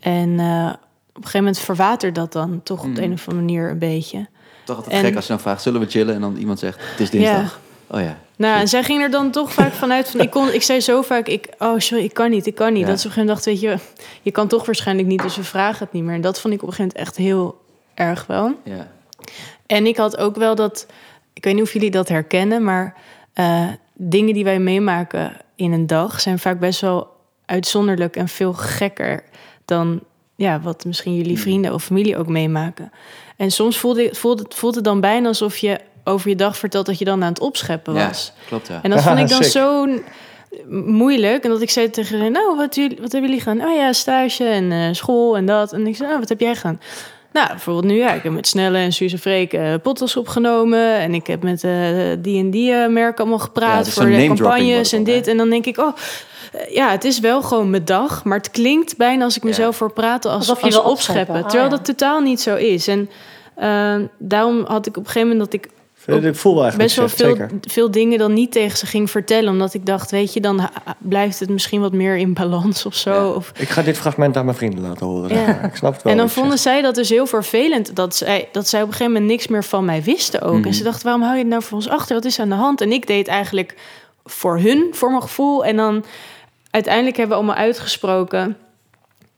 Speaker 4: En eh, op een gegeven moment verwatert dat dan toch op de
Speaker 1: Mm.
Speaker 4: een of andere manier een beetje.
Speaker 1: Toch altijd
Speaker 4: En-
Speaker 1: gek als je dan vraagt, zullen we chillen? En dan iemand zegt, het is dinsdag. Oh ja.
Speaker 4: Nou, en zij ging er dan toch vaak vanuit van... Ik, kon, ik zei zo vaak, ik, oh sorry, ik kan niet, ik kan niet.
Speaker 1: Ja.
Speaker 4: Dat ze op een gegeven moment dacht, weet je, je kan toch waarschijnlijk niet, dus we vragen het niet meer. En dat vond ik op een gegeven moment echt heel erg wel.
Speaker 1: ja.
Speaker 4: En ik had ook wel dat, ik weet niet of jullie dat herkennen, maar eh, dingen die wij meemaken in een dag zijn vaak best wel uitzonderlijk en veel gekker dan ja, wat misschien
Speaker 1: Hmm.
Speaker 4: jullie vrienden of familie ook meemaken. En soms voelde, voelde, voelt het dan bijna alsof je over je dag vertelt dat je dan aan het opscheppen
Speaker 1: Ja,
Speaker 4: was.
Speaker 1: klopt ja.
Speaker 4: En dat vond ik dan
Speaker 2: Sick.
Speaker 4: zo moeilijk. En dat ik zei tegen hen, nou, wat, jullie, wat hebben jullie gedaan? Oh ja, stage en eh, school en dat. En ik zei, nou, wat heb jij gedaan? Nou, bijvoorbeeld nu, ja, ik heb met Snelle en Suze Freek eh podcast opgenomen. En ik heb met eh, die en die eh, merken allemaal
Speaker 1: Ja,
Speaker 4: gepraat
Speaker 1: het is
Speaker 4: voor
Speaker 1: zo'n
Speaker 4: de
Speaker 1: name-dropping
Speaker 4: campagnes en
Speaker 1: wordt het dan,
Speaker 4: dit. En dan denk ik, oh, eh, ja, het is wel gewoon mijn dag. Maar het klinkt bijna als ik
Speaker 1: Ja.
Speaker 4: mezelf voor praat als,
Speaker 3: Alsof je
Speaker 4: als
Speaker 3: wil
Speaker 4: opscheppen.
Speaker 3: opscheppen. Ah,
Speaker 4: terwijl
Speaker 3: ja.
Speaker 4: dat totaal niet zo is. En eh, daarom had ik op een gegeven moment dat ik
Speaker 2: Vind- Ik voel wel echt
Speaker 4: best wel
Speaker 2: wat je
Speaker 4: veel,
Speaker 2: zegt, zeker.
Speaker 4: veel dingen dan niet tegen ze ging vertellen. Omdat ik dacht, weet je, dan ha- ha- blijft het misschien wat meer in balans of zo.
Speaker 1: Ja.
Speaker 4: Of,
Speaker 2: Ik ga dit fragment aan mijn vrienden laten horen.
Speaker 4: Ja.
Speaker 2: zeg maar. Ik snap het wel.
Speaker 4: en dan
Speaker 2: wat je
Speaker 4: vonden
Speaker 2: zegt.
Speaker 4: zij dat dus heel vervelend. Dat zij, dat zij op een gegeven moment niks meer van mij wisten ook.
Speaker 1: Mhm.
Speaker 4: En ze dachten, waarom hou je het nou voor ons achter? Wat is aan de hand? En ik deed eigenlijk voor hun, voor mijn gevoel. En dan uiteindelijk hebben we allemaal uitgesproken...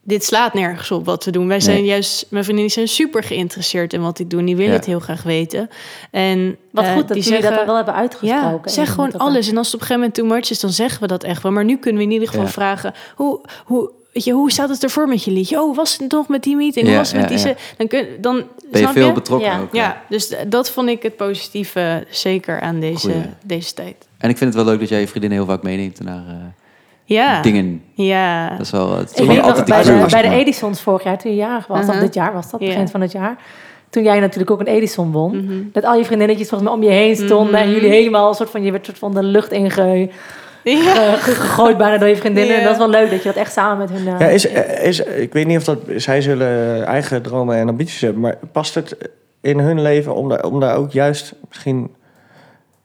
Speaker 4: Dit slaat nergens op wat we doen. Wij zijn
Speaker 1: Nee.
Speaker 4: juist, mijn vriendinnen zijn super geïnteresseerd in wat ik doe. En die willen
Speaker 1: Ja.
Speaker 4: het heel graag weten. En
Speaker 3: Wat
Speaker 4: eh,
Speaker 3: goed dat
Speaker 4: die
Speaker 3: jullie dat
Speaker 4: zeggen-
Speaker 3: dan wel hebben uitgesproken.
Speaker 4: Ja, zeg gewoon alles. En als het op een gegeven moment too much is, dan zeggen we dat echt wel. Maar nu kunnen we in ieder geval
Speaker 1: Ja.
Speaker 4: vragen... Hoe, hoe, weet je, hoe staat het ervoor met je liedje? Oh, hoe was het nog met die meeting?
Speaker 1: Ja,
Speaker 4: hoe was het met
Speaker 1: ja,
Speaker 4: die...
Speaker 1: ja.
Speaker 4: ze- Dan, kun, dan
Speaker 1: Ben je
Speaker 4: snap
Speaker 1: veel
Speaker 4: je?
Speaker 1: betrokken
Speaker 3: Ja.
Speaker 1: ook. hè?
Speaker 4: Ja, dus d- dat vond ik het positieve zeker aan
Speaker 1: Goeie.
Speaker 4: deze, deze tijd.
Speaker 1: En ik vind het wel leuk dat jij je vriendinnen heel vaak meeneemt naar eh,
Speaker 4: Ja,
Speaker 1: dingen.
Speaker 4: ja.
Speaker 1: Dat is wel... Het is
Speaker 3: Ik
Speaker 1: wel
Speaker 3: weet nog
Speaker 1: altijd
Speaker 3: bij
Speaker 1: iets
Speaker 3: de,
Speaker 1: leuks,
Speaker 3: bij de
Speaker 1: maar-
Speaker 3: Edisons vorig jaar, toen je jarig was,
Speaker 4: Mhm.
Speaker 3: of dit jaar was dat,
Speaker 4: Ja.
Speaker 3: begin van het jaar. Toen jij natuurlijk ook een Edison won.
Speaker 4: Mhm.
Speaker 3: Dat al je vriendinnetjes volgens mij om je heen stonden en
Speaker 4: Mhm.
Speaker 3: jullie helemaal een soort van, je werd soort van de lucht ingegooid
Speaker 4: Ja.
Speaker 3: gegooid bijna door je vriendinnen.
Speaker 4: Ja.
Speaker 3: En dat is wel leuk dat je dat echt samen met hun... eh,
Speaker 2: Ja,
Speaker 4: Ah,
Speaker 2: is, is, ik weet niet of dat... Zij zullen eigen dromen en ambities hebben. Maar past het in hun leven om daar, om daar ook juist misschien...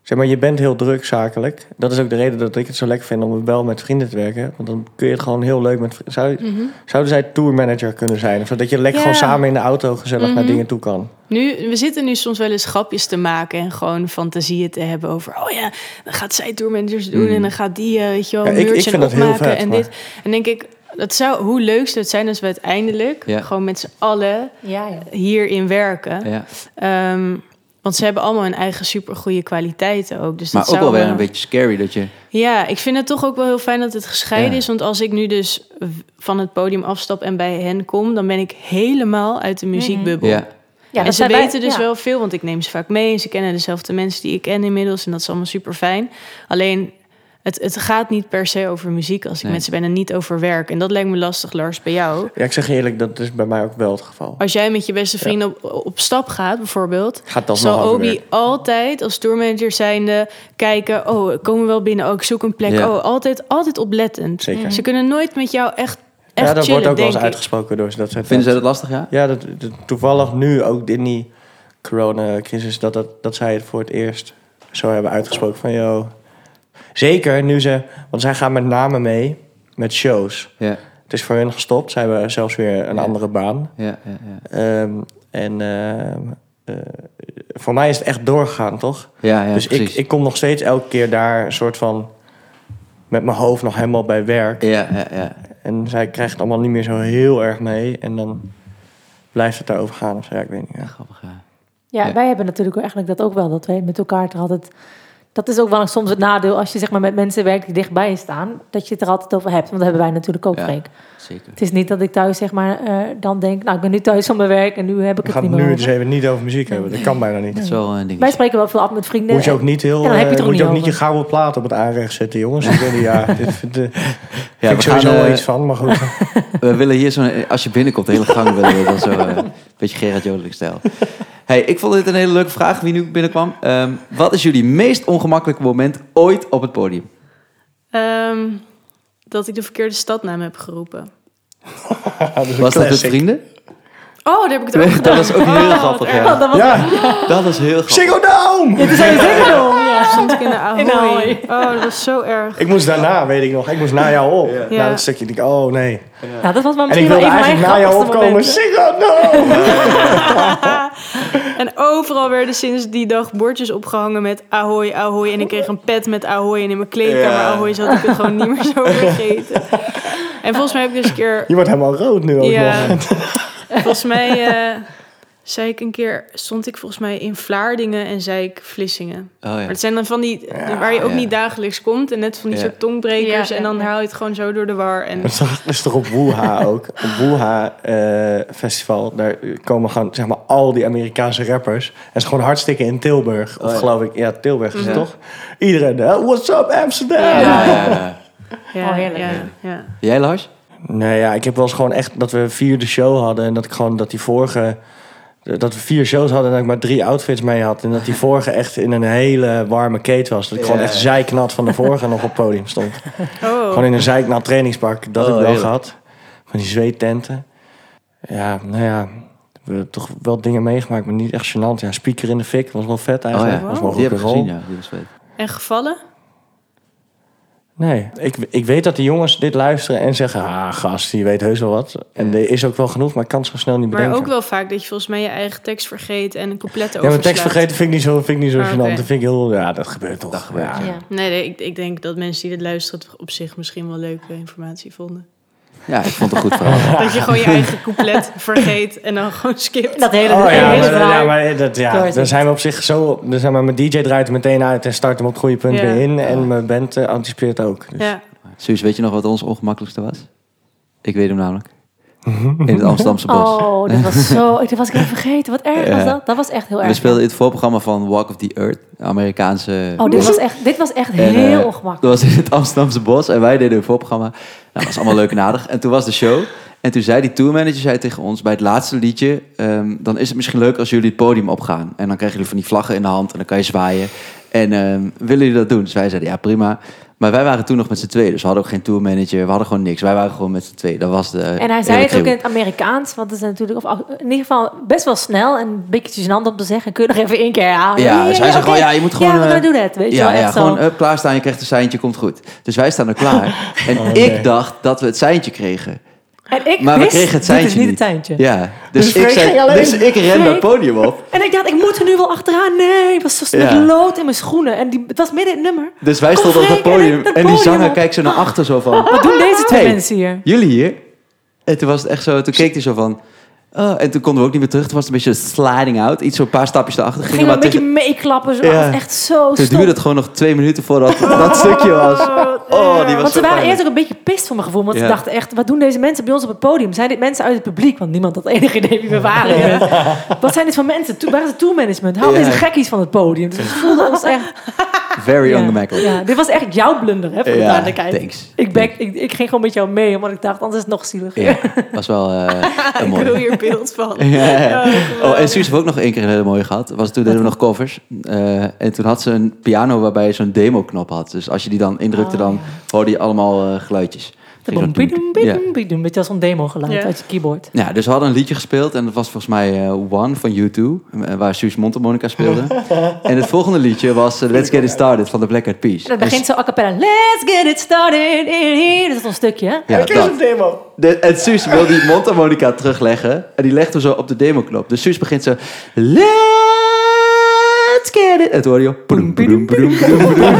Speaker 2: Zeg maar, je bent heel druk zakelijk. Dat is ook de reden dat ik het zo lekker vind om wel met vrienden te werken. Want dan kun je het gewoon heel leuk met vrienden... Zou,
Speaker 4: Mhm.
Speaker 2: zouden zij tourmanager kunnen zijn? Of dat je lekker
Speaker 4: Ja.
Speaker 2: gewoon samen in de auto gezellig naar
Speaker 4: Mhm.
Speaker 2: dingen toe kan.
Speaker 4: Nu, we zitten nu soms wel eens grapjes te maken en gewoon fantasieën te hebben over... oh ja, dan gaat zij tourmanagers doen
Speaker 1: Mm.
Speaker 4: en dan gaat die, eh, weet je wel,
Speaker 2: Ja,
Speaker 4: een
Speaker 2: ik- ik
Speaker 4: muurtje
Speaker 2: vind dat heel
Speaker 4: opmaken
Speaker 2: vet,
Speaker 4: en
Speaker 2: maar-
Speaker 4: dit. En denk ik, dat zou, hoe leuk zou het zijn als we uiteindelijk...
Speaker 1: Ja.
Speaker 4: gewoon met z'n allen
Speaker 3: ja, ja.
Speaker 4: hierin werken.
Speaker 1: Ja.
Speaker 4: Ehm, want ze hebben allemaal hun eigen supergoeie kwaliteiten ook. Dus
Speaker 1: Maar
Speaker 4: dat
Speaker 1: ook wel
Speaker 4: zou,
Speaker 1: weer
Speaker 4: eh,
Speaker 1: een beetje scary dat je...
Speaker 4: ja, ik vind het toch ook wel heel fijn dat het gescheiden
Speaker 1: Ja.
Speaker 4: is. Want als ik nu dus w- van het podium afstap en bij hen kom, dan ben ik helemaal uit de muziekbubbel.
Speaker 1: Ja.
Speaker 3: Ja,
Speaker 4: en
Speaker 3: dat
Speaker 4: ze
Speaker 3: zijn wij-
Speaker 4: weten dus
Speaker 3: ja.
Speaker 4: wel veel, want ik neem ze vaak mee. En ze kennen dezelfde mensen die ik ken inmiddels. En dat is allemaal super fijn. Alleen, het, het gaat niet per se over muziek als ik
Speaker 1: Nee.
Speaker 4: met ze ben en niet over werk. En dat lijkt me lastig, Lars, bij jou.
Speaker 2: Ja, ik zeg je eerlijk, dat is bij mij ook wel het geval.
Speaker 4: Als jij met je beste vrienden op, op stap gaat, bijvoorbeeld,
Speaker 2: Gaat dat nog
Speaker 4: zal
Speaker 2: over
Speaker 4: Obi
Speaker 2: werk?
Speaker 4: altijd als tourmanager zijnde kijken... oh, komen we wel binnen, oh, ik zoek een plek.
Speaker 1: Ja.
Speaker 4: Oh, altijd, altijd oplettend.
Speaker 2: Zeker.
Speaker 4: Ze kunnen nooit met jou echt, echt
Speaker 2: Ja, dat
Speaker 4: chillen,
Speaker 2: wordt ook wel
Speaker 4: denk
Speaker 2: eens
Speaker 4: ik.
Speaker 2: uitgesproken door ze. Dat ze
Speaker 1: Vinden zij dat lastig, ja?
Speaker 2: Ja, dat, dat- toevallig nu ook in die coronacrisis... Dat, dat, dat zij het voor het eerst zo hebben uitgesproken van... Yo, zeker nu ze... Want zij gaan met name mee met shows.
Speaker 1: Ja,
Speaker 2: Het is voor hun gestopt. Zij hebben zelfs weer een
Speaker 1: Ja.
Speaker 2: andere baan.
Speaker 1: ja, ja. Ja,
Speaker 2: Ehm, en ehm, eh, voor mij is het echt doorgegaan, toch?
Speaker 1: ja, ja
Speaker 2: dus ik,
Speaker 1: precies.
Speaker 2: ik kom nog steeds elke keer daar een soort van... met mijn hoofd nog helemaal bij werk.
Speaker 1: Ja, ja, ja.
Speaker 2: En zij krijgt het allemaal niet meer zo heel erg mee. En dan blijft het daarover gaan. Of zo, ja, ik weet niet.
Speaker 1: Ja,
Speaker 2: Ja.
Speaker 1: grappig, ja.
Speaker 3: Ja,
Speaker 1: Ja.
Speaker 3: wij hebben natuurlijk eigenlijk dat ook wel. Dat wij met elkaar er altijd... Dat is ook wel soms het nadeel als je zeg maar, met mensen werkt die dichtbij je staan. Dat je het er altijd over hebt. Want dat hebben wij natuurlijk ook,
Speaker 1: Ja.
Speaker 3: Freek.
Speaker 1: Zeker.
Speaker 3: Het is niet dat ik thuis zeg maar, eh, dan denk... Nou, ik ben nu thuis van mijn werk en nu heb
Speaker 2: We
Speaker 3: ik het
Speaker 2: gaan
Speaker 3: niet
Speaker 2: het
Speaker 3: meer
Speaker 2: nu
Speaker 3: over.
Speaker 2: dus even niet over muziek hebben. Dat kan bijna niet.
Speaker 1: Dat is wel een
Speaker 3: Wij
Speaker 1: dingetje.
Speaker 3: spreken wel veel af met vrienden.
Speaker 2: moet je ook niet heel.
Speaker 3: Ja, dan heb je het
Speaker 2: eh,
Speaker 3: er
Speaker 2: moet je
Speaker 3: ook
Speaker 2: ook
Speaker 3: niet
Speaker 2: niet je
Speaker 3: over.
Speaker 2: gouden plaat op het aanrecht zetten, jongens. Ik weet niet, ja. Dit vind, eh,
Speaker 1: Ja,
Speaker 2: vind
Speaker 1: we, gaan,
Speaker 2: ik sowieso wel
Speaker 1: eh,
Speaker 2: iets van, maar goed.
Speaker 1: we willen hier zo'n... Als je binnenkomt, de hele gang willen we dan zo... eh, Een beetje Gerard Jodelik-stijl. Hey, ik vond dit een hele leuke vraag die nu binnenkwam. Ehm, wat is jullie meest ongemakkelijke moment ooit op het podium?
Speaker 4: Ehm, dat ik de verkeerde stadnaam heb geroepen.
Speaker 2: dat is een
Speaker 1: Was dat het
Speaker 2: classic.
Speaker 1: vrienden?
Speaker 4: Oh, daar heb ik het Oh, ook
Speaker 1: Dat was ook heel grappig, ja.
Speaker 3: dat was
Speaker 2: Ja,
Speaker 1: Dat was heel grappig.
Speaker 2: Ziggo Dome!
Speaker 3: Dit is een zingendom, ja.
Speaker 4: Stond ik in de Ahoy.
Speaker 3: In de Ahoy.
Speaker 4: Oh, dat was zo erg.
Speaker 2: Ik moest daarna, weet ik nog, ik moest na jou op. Na
Speaker 4: Ja.
Speaker 2: dat stukje, denk ik, oh nee.
Speaker 3: Nou, dat was wel
Speaker 2: En ik
Speaker 3: misschien wel
Speaker 2: wilde
Speaker 3: een van mijn
Speaker 2: eigenlijk na jou
Speaker 3: grappigste
Speaker 2: opkomen,
Speaker 3: momenten.
Speaker 2: Ziggo Dome!
Speaker 4: En overal werden sinds die dag bordjes opgehangen met Ahoy, Ahoy. En ik kreeg een pet met Ahoy. En in mijn kleedkamer
Speaker 1: Ja.
Speaker 4: Ahoy zat ik het gewoon niet meer zo vergeten. En volgens mij heb ik dus een keer...
Speaker 2: Je wordt helemaal rood nu ook nog.
Speaker 4: Ja, volgens mij eh, zei ik een keer... Stond ik volgens mij in Vlaardingen en zei ik Vlissingen.
Speaker 1: Oh, ja.
Speaker 4: Maar het zijn dan van die... waar je ook
Speaker 1: ja.
Speaker 4: niet dagelijks komt. En net van die
Speaker 1: Ja.
Speaker 4: soort tongbrekers.
Speaker 3: Ja, ja,
Speaker 4: en dan
Speaker 3: ja.
Speaker 4: haal je het gewoon zo door de war. En
Speaker 2: Dat is toch- dat is dus toch op Woeha ook? Op Woeha eh, Festival, daar komen gewoon zeg maar al die Amerikaanse rappers. En het is gewoon hartstikke in Tilburg. Of
Speaker 1: Oh ja.
Speaker 2: geloof ik, ja, Tilburg is het
Speaker 1: Ja.
Speaker 2: toch? Iedereen, eh, what's up Amsterdam?
Speaker 1: Ja, ja, ja.
Speaker 4: ja,
Speaker 3: Oh, heerlijk.
Speaker 4: Ja, ja.
Speaker 1: Jij, Lars?
Speaker 2: Nee, ja, ik heb wel eens gewoon echt dat we een vierde show hadden. En dat ik gewoon dat die vorige. Dat we vier shows hadden en dat ik maar drie outfits mee had. En dat die vorige echt in een hele warme keet was. Dat ik
Speaker 1: Ja.
Speaker 2: gewoon echt zijknat van de vorige nog op het podium stond.
Speaker 4: Oh.
Speaker 2: Gewoon in een zijknat trainingspak. Dat
Speaker 1: Oh,
Speaker 2: heb ik wel
Speaker 1: heerlijk.
Speaker 2: gehad. Van die zweettenten. Ja, nou ja. We hebben toch wel dingen meegemaakt, maar niet echt gênant. Ja, speaker in de fik was wel vet eigenlijk.
Speaker 1: Oh, ja.
Speaker 2: was wel
Speaker 1: Die heb ik
Speaker 2: rock'n'roll.
Speaker 1: gezien, ja. Die was vet.
Speaker 4: En gevallen?
Speaker 2: Nee, ik, ik weet dat de jongens dit luisteren en zeggen... Ah, gast, die weet heus wel wat. En er is ook wel genoeg, maar ik kan het zo snel niet
Speaker 4: Maar
Speaker 2: bedenken.
Speaker 4: ook wel vaak dat je volgens mij je eigen tekst vergeet en een coupletten
Speaker 2: Ja, maar
Speaker 4: overslaat.
Speaker 2: tekst vergeten vind ik niet zo, vind ik niet zo
Speaker 4: Ah,
Speaker 2: gênant.
Speaker 4: oké.
Speaker 2: Dat vind ik heel... Ja, dat gebeurt toch.
Speaker 1: Dat gebeurt,
Speaker 2: Ja. Oh
Speaker 1: ja.
Speaker 3: Ja.
Speaker 4: Nee, nee ik, ik denk dat mensen die dit luisteren het op zich misschien wel leuke informatie vonden.
Speaker 1: Ja, ik vond het goed verhaal.
Speaker 4: Dat je gewoon je eigen couplet vergeet en dan gewoon skipt.
Speaker 3: Dat hele,
Speaker 2: Oh ja,
Speaker 3: hele
Speaker 2: maar,
Speaker 3: verhaal.
Speaker 2: ja, maar dat, ja,
Speaker 3: Doorzicht.
Speaker 2: daar zijn we op zich zo... Daar zijn we, mijn DJ draait er meteen uit en start hem op het goede punt
Speaker 4: Ja.
Speaker 2: weer in.
Speaker 1: Ah.
Speaker 2: En mijn band eh, anticipeert ook. Dus.
Speaker 4: Ja.
Speaker 1: Suus, weet je nog wat ons ongemakkelijkste was? Ik weet hem namelijk. In het Amsterdamse bos.
Speaker 3: Oh, dat was zo... ik- Dat was ik even vergeten. Wat erg was
Speaker 1: Ja.
Speaker 3: dat? Dat was echt heel erg.
Speaker 1: We speelden in het voorprogramma van Walk of the Earth, de Amerikaanse...
Speaker 3: Oh, dit was echt, dit was echt
Speaker 1: En, eh,
Speaker 3: heel ongemakkelijk.
Speaker 1: Dat was in het Amsterdamse Bos en wij deden een voorprogramma. Nou, dat was allemaal leuk en aardig. En toen was de show. En toen zei die tourmanager zei tegen ons bij het laatste liedje... ehm, dan is het misschien leuk als jullie het podium opgaan. En dan krijgen jullie van die vlaggen in de hand en dan kan je zwaaien. En ehm, willen jullie dat doen? Dus wij zeiden ja, prima. Maar wij waren toen nog met z'n tweeën. Dus we hadden ook geen tourmanager, we hadden gewoon niks. Wij waren gewoon met z'n tweeën. Dat was de
Speaker 3: En hij zei
Speaker 1: hele
Speaker 3: het ook
Speaker 1: crew.
Speaker 3: in het Amerikaans, want het is natuurlijk of, in ieder geval best wel snel en een beetje gênant om te zeggen. Kun je nog even één keer halen?
Speaker 1: Ja, dus hij zei gewoon, ja, je moet gewoon...
Speaker 3: Ja, want
Speaker 1: eh,
Speaker 3: wij doen het, weet je
Speaker 1: ja,
Speaker 3: wel.
Speaker 1: ja,
Speaker 3: echt zo.
Speaker 1: gewoon eh, klaarstaan, je krijgt een seintje, komt goed. Dus wij staan er klaar. En
Speaker 2: Oh, nee.
Speaker 1: ik dacht dat we het seintje kregen.
Speaker 3: en ik
Speaker 1: Maar we
Speaker 3: wist,
Speaker 1: kregen het
Speaker 3: dit
Speaker 1: seintje
Speaker 3: is niet het
Speaker 1: niet.
Speaker 3: tuintje.
Speaker 1: Ja, dus,
Speaker 2: Dus
Speaker 1: ik,
Speaker 2: Freek ging
Speaker 1: zei,
Speaker 2: alleen.
Speaker 1: dus ik ren dat
Speaker 3: Freek.
Speaker 1: podium op.
Speaker 3: En ik dacht, ik moet er nu wel achteraan. Nee, ik was zo met
Speaker 1: Ja.
Speaker 3: lood in mijn schoenen. En die, het was midden in het nummer.
Speaker 1: Dus wij
Speaker 3: Kom,
Speaker 1: stonden op het
Speaker 3: Oh, Freek, en
Speaker 1: podium.
Speaker 3: ik
Speaker 1: En,
Speaker 3: dat
Speaker 1: die
Speaker 3: podium
Speaker 1: zanger
Speaker 3: op. Oh.
Speaker 1: kijkt zo naar achter zo van...
Speaker 3: Wat doen deze twee
Speaker 1: Hey.
Speaker 3: Ah. mensen hier?
Speaker 1: Jullie hier? En toen was het echt zo, toen keek hij zo van... oh, en toen konden we ook niet meer terug. Toen was het een beetje sliding out. Iets zo'n paar stapjes erachter.
Speaker 3: Gingen we
Speaker 1: maar
Speaker 3: een beetje
Speaker 1: tegen-
Speaker 3: meeklappen. Zo.
Speaker 1: Ja.
Speaker 3: Dat was echt zo
Speaker 1: toen
Speaker 3: stom.
Speaker 1: duurde het gewoon nog twee minuten voordat dat stukje was. Oh, die was
Speaker 3: Want
Speaker 1: zo
Speaker 3: ze waren
Speaker 1: pijnlijk.
Speaker 3: eerst ook een beetje pist voor mijn gevoel. Want
Speaker 1: Ja.
Speaker 3: ze dachten echt, wat doen deze mensen bij ons op het podium? Zijn dit mensen uit het publiek? Want niemand had enig idee wie we waren. Wat zijn dit voor mensen? Toen- Waar is het tourmanagement? Haal
Speaker 1: Ja.
Speaker 3: deze gekkies van het podium. Dus we voelden ons echt...
Speaker 1: Very
Speaker 3: ja.
Speaker 1: ongemakkelijk.
Speaker 3: Ja, dit was echt jouw blunder, hè, voor de
Speaker 1: Ja,
Speaker 3: duidelijkheid.
Speaker 1: thanks.
Speaker 3: Ik, back, ik, ik ging gewoon met jou mee, omdat ik dacht, anders is het nog zieliger.
Speaker 1: Ja, was wel eh, een
Speaker 4: Ik
Speaker 1: mooie.
Speaker 4: wil hier beeld van.
Speaker 1: Ja.
Speaker 4: geweldig.
Speaker 1: Oh, en Suus heeft ook nog één keer een hele mooie gehad. Was, toen deden we nog covers. Eh, en toen had ze een piano waarbij je zo'n demo-knop had. Dus als je die dan indrukte,
Speaker 3: Oh,
Speaker 1: dan
Speaker 3: ja.
Speaker 1: hoorde je allemaal eh, geluidjes. Ging zo
Speaker 3: Bidoem, bidoem,
Speaker 1: doen. Ja.
Speaker 3: bidoem, bidoem. Weet je wel, zo'n demo geluid
Speaker 4: Ja.
Speaker 3: uit je keyboard.
Speaker 1: Ja, dus we hadden een liedje gespeeld en dat was volgens mij eh, One van U2, eh, waar Suus Montemonica speelde. en het volgende liedje was eh, Let's Get It Started van de Black Eyed Peas. Dus,
Speaker 3: Dat begint zo a cappella. Let's get it started in here. Dat is een stukje, hè?
Speaker 1: Ja,
Speaker 2: ik is
Speaker 1: dat.
Speaker 2: een demo.
Speaker 1: De, en Suus wil die mondharmonica terugleggen. En die legt hem zo op de demoknop. Dus Suus begint zo... Let's get it. En toen hoor je... poedoem, poedoem, poedoem, poedoem.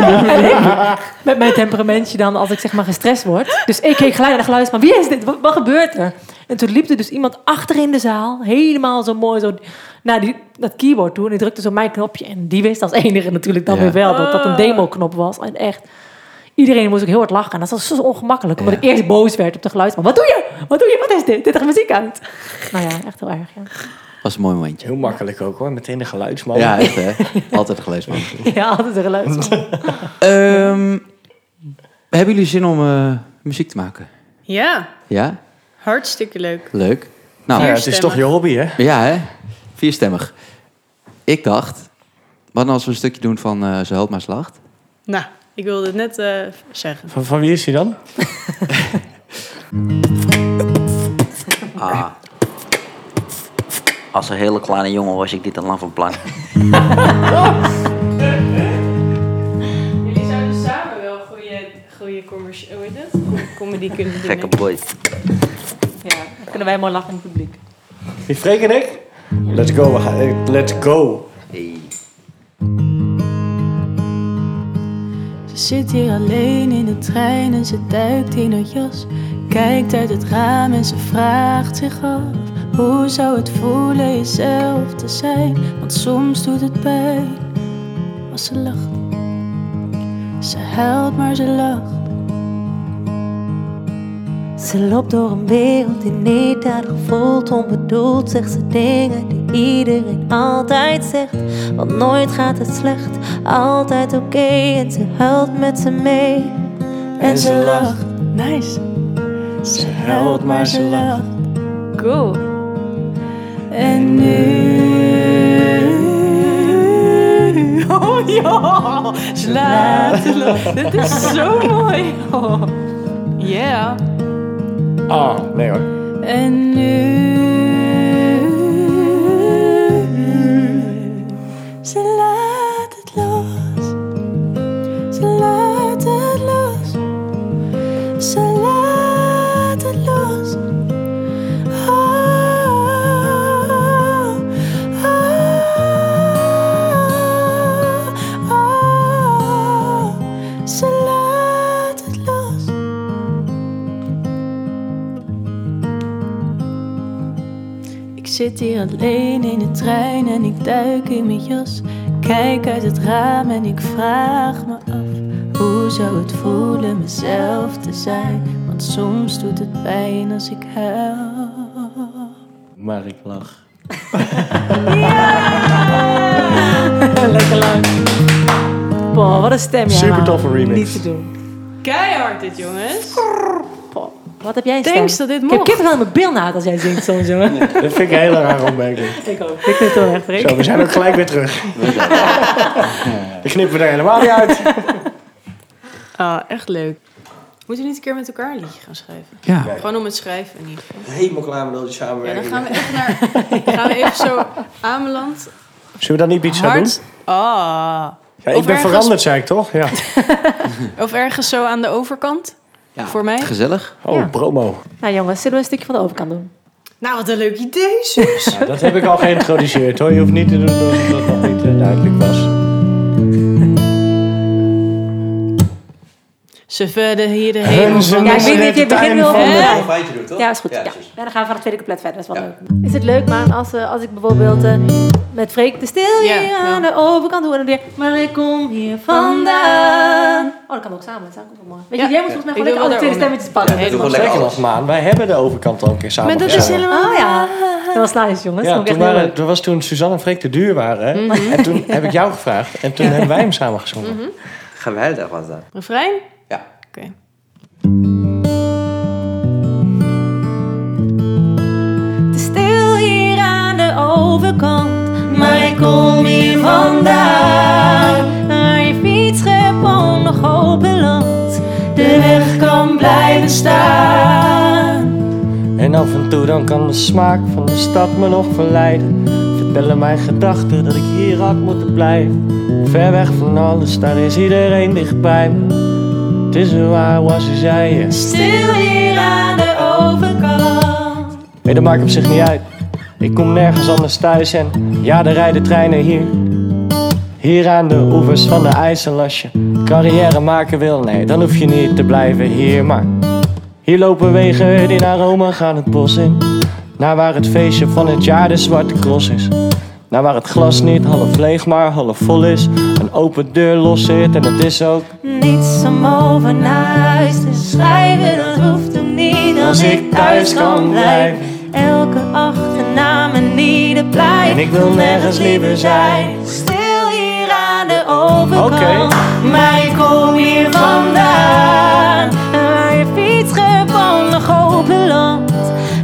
Speaker 3: Met mijn temperamentje dan, als ik zeg maar gestrest word. Dus ik keek gelijk naar de geluids, maar wie is dit? Wat, wat gebeurt er? En toen liep er dus iemand achter in de zaal, helemaal zo mooi, zo naar die, dat keyboard toe. En die drukte zo mijn knopje. En die wist als enige natuurlijk dan
Speaker 1: Ja.
Speaker 3: weer wel dat dat een
Speaker 4: Ah.
Speaker 3: demo-knop was. En echt, iedereen moest ook heel hard lachen. En dat was zo ongemakkelijk, omdat
Speaker 1: Ja.
Speaker 3: ik eerst boos werd op de geluidsman. Wat doe je? Wat doe je? Wat is dit? Dit gaat muziek uit. Nou ja, echt heel erg, ja.
Speaker 1: was een mooi momentje.
Speaker 2: Heel makkelijk ook hoor, meteen de geluidsman.
Speaker 1: Ja, echt hè. Altijd geluid man.
Speaker 3: Ja, altijd een geluidsman.
Speaker 1: Ehm, hebben jullie zin om eh, muziek te maken?
Speaker 4: Ja,
Speaker 1: Ja?
Speaker 4: hartstikke leuk.
Speaker 1: Leuk.
Speaker 2: Nou ja,
Speaker 1: Nou,
Speaker 2: het is toch je hobby hè?
Speaker 1: ja hè. Vierstemmig. ik dacht, wat nou als we een stukje doen van eh Ze helpt maar slacht?
Speaker 4: Nou, ik wilde het net eh, zeggen.
Speaker 2: Van, van wie is hij dan?
Speaker 5: Ah. Als een hele kleine jongen was ik dit al lang van plan.
Speaker 4: Jullie zouden samen wel goede, goede comedy kunnen
Speaker 5: Gekke boy.
Speaker 3: Ja, dan kunnen wij mooi lachen in het publiek.
Speaker 2: Die Freek en ik? Let's go, we gaan, eh, let's go.
Speaker 5: Hey.
Speaker 4: Ze zit hier alleen in de trein en ze duikt in haar jas. Kijkt uit het raam en ze vraagt zich af: hoe zou het voelen jezelf te zijn? Want soms doet het pijn als ze lacht. Ze huilt, maar ze lacht.
Speaker 6: Ze loopt door een wereld die niet aardig voelt. Onbedoeld zegt ze dingen die iedereen altijd zegt. Want nooit gaat het slecht, altijd oké. En ze huilt met ze mee. En ze lacht.
Speaker 4: Nice. Ze
Speaker 2: huilt, maar ze lacht.
Speaker 4: Cool. En nu... Oh ja, ze laat het lo- Dit is zo mooi. Oh. Yeah.
Speaker 2: Ah, nee hoor.
Speaker 4: En nu... Ze laat het los. Ze laat het los. Ze laat het los. Ah, ah, ah. Ze laat het los. Ik zit hier alleen in de trein en ik duik in mijn jas. Kijk uit het raam en ik vraag me af: hoe zou het voelen mezelf te zijn? Want soms doet het pijn als ik huil.
Speaker 2: Maar ik lach.
Speaker 3: Lekker lang. Boah, wat een stem. Jana.
Speaker 2: Super toffe remix.
Speaker 3: Niet te doen.
Speaker 4: Keihard dit, jongens.
Speaker 3: Boah, wat heb jij stem?
Speaker 4: Thanks dat dit
Speaker 3: Ik heb
Speaker 4: mocht.
Speaker 3: kippenvel in mijn bil naad als jij zingt soms, jongen.
Speaker 2: Dat vind ik een hele rare opmerking.
Speaker 3: Ik ook. Ik vind het wel echt vreemd.
Speaker 2: Zo, we zijn ook gelijk weer terug. We knippen we er helemaal niet uit.
Speaker 4: Ah, echt leuk. Moeten we niet een keer met elkaar een liedje gaan schrijven?
Speaker 1: Ja.
Speaker 4: Gewoon om het schrijven in ieder geval.
Speaker 2: Helemaal klaar met al die
Speaker 4: Ja, dan
Speaker 2: samenwerking.
Speaker 4: gaan we echt naar... gaan we even zo Ameland,
Speaker 2: Zullen we dan niet iets aan doen?
Speaker 4: hard... Ah.
Speaker 2: Ja,
Speaker 4: Of
Speaker 2: ik ben
Speaker 4: ergens-
Speaker 2: veranderd, zei ik toch? Ja.
Speaker 4: Of ergens zo aan de overkant.
Speaker 1: Ja,
Speaker 4: Voor mij?
Speaker 1: Gezellig.
Speaker 2: Oh,
Speaker 3: Ja.
Speaker 2: promo.
Speaker 3: Nou jongens, zullen we een stukje van de overkant doen?
Speaker 4: Nou, wat een leuk idee, zus.
Speaker 2: Ja, dat heb ik al geïntroduceerd hoor. Je hoeft niet te doen alsof dat nog niet eh, duidelijk was.
Speaker 4: Ze verder hier de
Speaker 2: Hun
Speaker 4: hemel.
Speaker 2: zongen
Speaker 3: Ja, ik weet
Speaker 2: in
Speaker 3: niet,
Speaker 2: de
Speaker 3: je begint
Speaker 2: tuin
Speaker 3: wel
Speaker 2: van
Speaker 3: van-
Speaker 2: de-
Speaker 3: Ja.
Speaker 1: feitje doen, toch?
Speaker 3: Ja, is goed. Ja,
Speaker 1: precies.
Speaker 3: Ja, dan gaan we van de tweede couplet verder. Dat is wel
Speaker 1: Ja.
Speaker 3: leuk. Is het leuk, maar als, eh, als ik bijvoorbeeld eh, met Freek de stil
Speaker 4: Ja,
Speaker 3: hier aan
Speaker 4: wel.
Speaker 3: de overkant doe en dan weer... Maar ik kom hier vandaan. Oh, dat kan ook samen. Dat zou ook wel mooi. Weet je,
Speaker 4: Ja.
Speaker 3: jij moet volgens mij
Speaker 4: Ik
Speaker 3: gewoon lekker
Speaker 4: wil
Speaker 3: alle
Speaker 4: wel
Speaker 3: twee stemmetjes pakken.
Speaker 1: Ja, doe gewoon lekker
Speaker 2: Lekker
Speaker 1: alles.
Speaker 2: nog, Maan. Wij hebben de overkant al een keer samen
Speaker 4: Maar dat is
Speaker 2: gezongen.
Speaker 4: helemaal...
Speaker 3: Oh ja, dat was nice jongens.
Speaker 2: Ja,
Speaker 3: Vond ik
Speaker 2: toen
Speaker 3: echt heel
Speaker 2: waren,
Speaker 3: leuk. Mhm.
Speaker 2: dat was toen Suzanne en Freek te duur waren. hè? En toen heb ik jou gevraagd. En toen hebben wij hem samen gezongen.
Speaker 5: Geweldig was dat.
Speaker 4: Refrein?
Speaker 1: Ja.
Speaker 4: Oké.
Speaker 6: te stil hier aan de overkant. Maar ik kom hier vandaan. Naar je fietsschip om nog open land. De weg kan blijven staan.
Speaker 2: En af en toe dan kan de smaak van de stad me nog verleiden. Vertellen mijn gedachten dat ik hier had moeten blijven. Ver weg van alles, daar is iedereen dichtbij me. Het is een waar, was je zei je.
Speaker 6: Stil hier aan de overkant.
Speaker 2: Nee, dat maakt op zich niet uit. Ik kom nergens anders thuis en ja, er rijden treinen hier. Hier aan de oevers van de IJssel als je carrière maken wil. Nee, dan hoef je niet te blijven hier, maar hier lopen wegen die naar Rome gaan het bos in. Naar waar het feestje van het jaar de Zwarte Cross is. Naar waar het glas niet half leeg, maar half vol is. Een open deur los zit en het is ook
Speaker 6: Niets om over naar huis te schrijven, dat hoeft er niet als ik thuis kan blijven. Elke achternaam en ieder pleit.
Speaker 2: En ik wil nergens liever zijn.
Speaker 6: Stil hier aan de overkant,
Speaker 2: Oké.
Speaker 6: maar ik kom hier vandaan. Waar je fiets gewoon nog open land,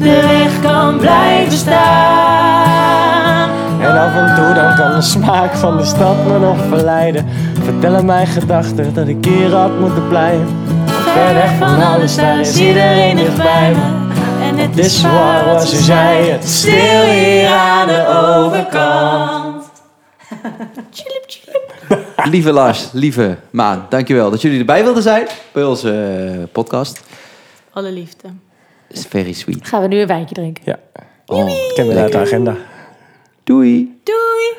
Speaker 6: de weg kan blijven staan.
Speaker 2: En af en toe dan kan de van de stad me nog verleiden. Vertellen mijn gedachten dat ik hier had moeten blijven.
Speaker 3: Ver weg van alles, daar is iedereen dicht bij me. En het
Speaker 2: Dit
Speaker 3: is waar wat ze zei, het is stil hier aan de overkant. Chilip, chilip.
Speaker 1: Lieve Lars, lieve Maan, dankjewel dat jullie erbij wilden zijn bij onze eh, podcast.
Speaker 4: Alle liefde.
Speaker 1: It's very sweet.
Speaker 7: Gaan we nu een wijntje drinken.
Speaker 2: Ja,
Speaker 1: Oh,
Speaker 2: ik ken het uit de agenda.
Speaker 1: Doei.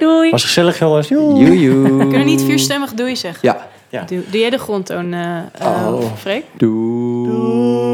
Speaker 7: Doei.
Speaker 2: Was gezellig jongens. Joe.
Speaker 1: Joejoe.
Speaker 4: Kunnen we niet vierstemmig doei zeggen?
Speaker 1: Ja.
Speaker 2: Ja.
Speaker 4: Doe, doe jij de grondtoon, eh eh,
Speaker 2: Oh.
Speaker 4: Freek?
Speaker 1: Doei.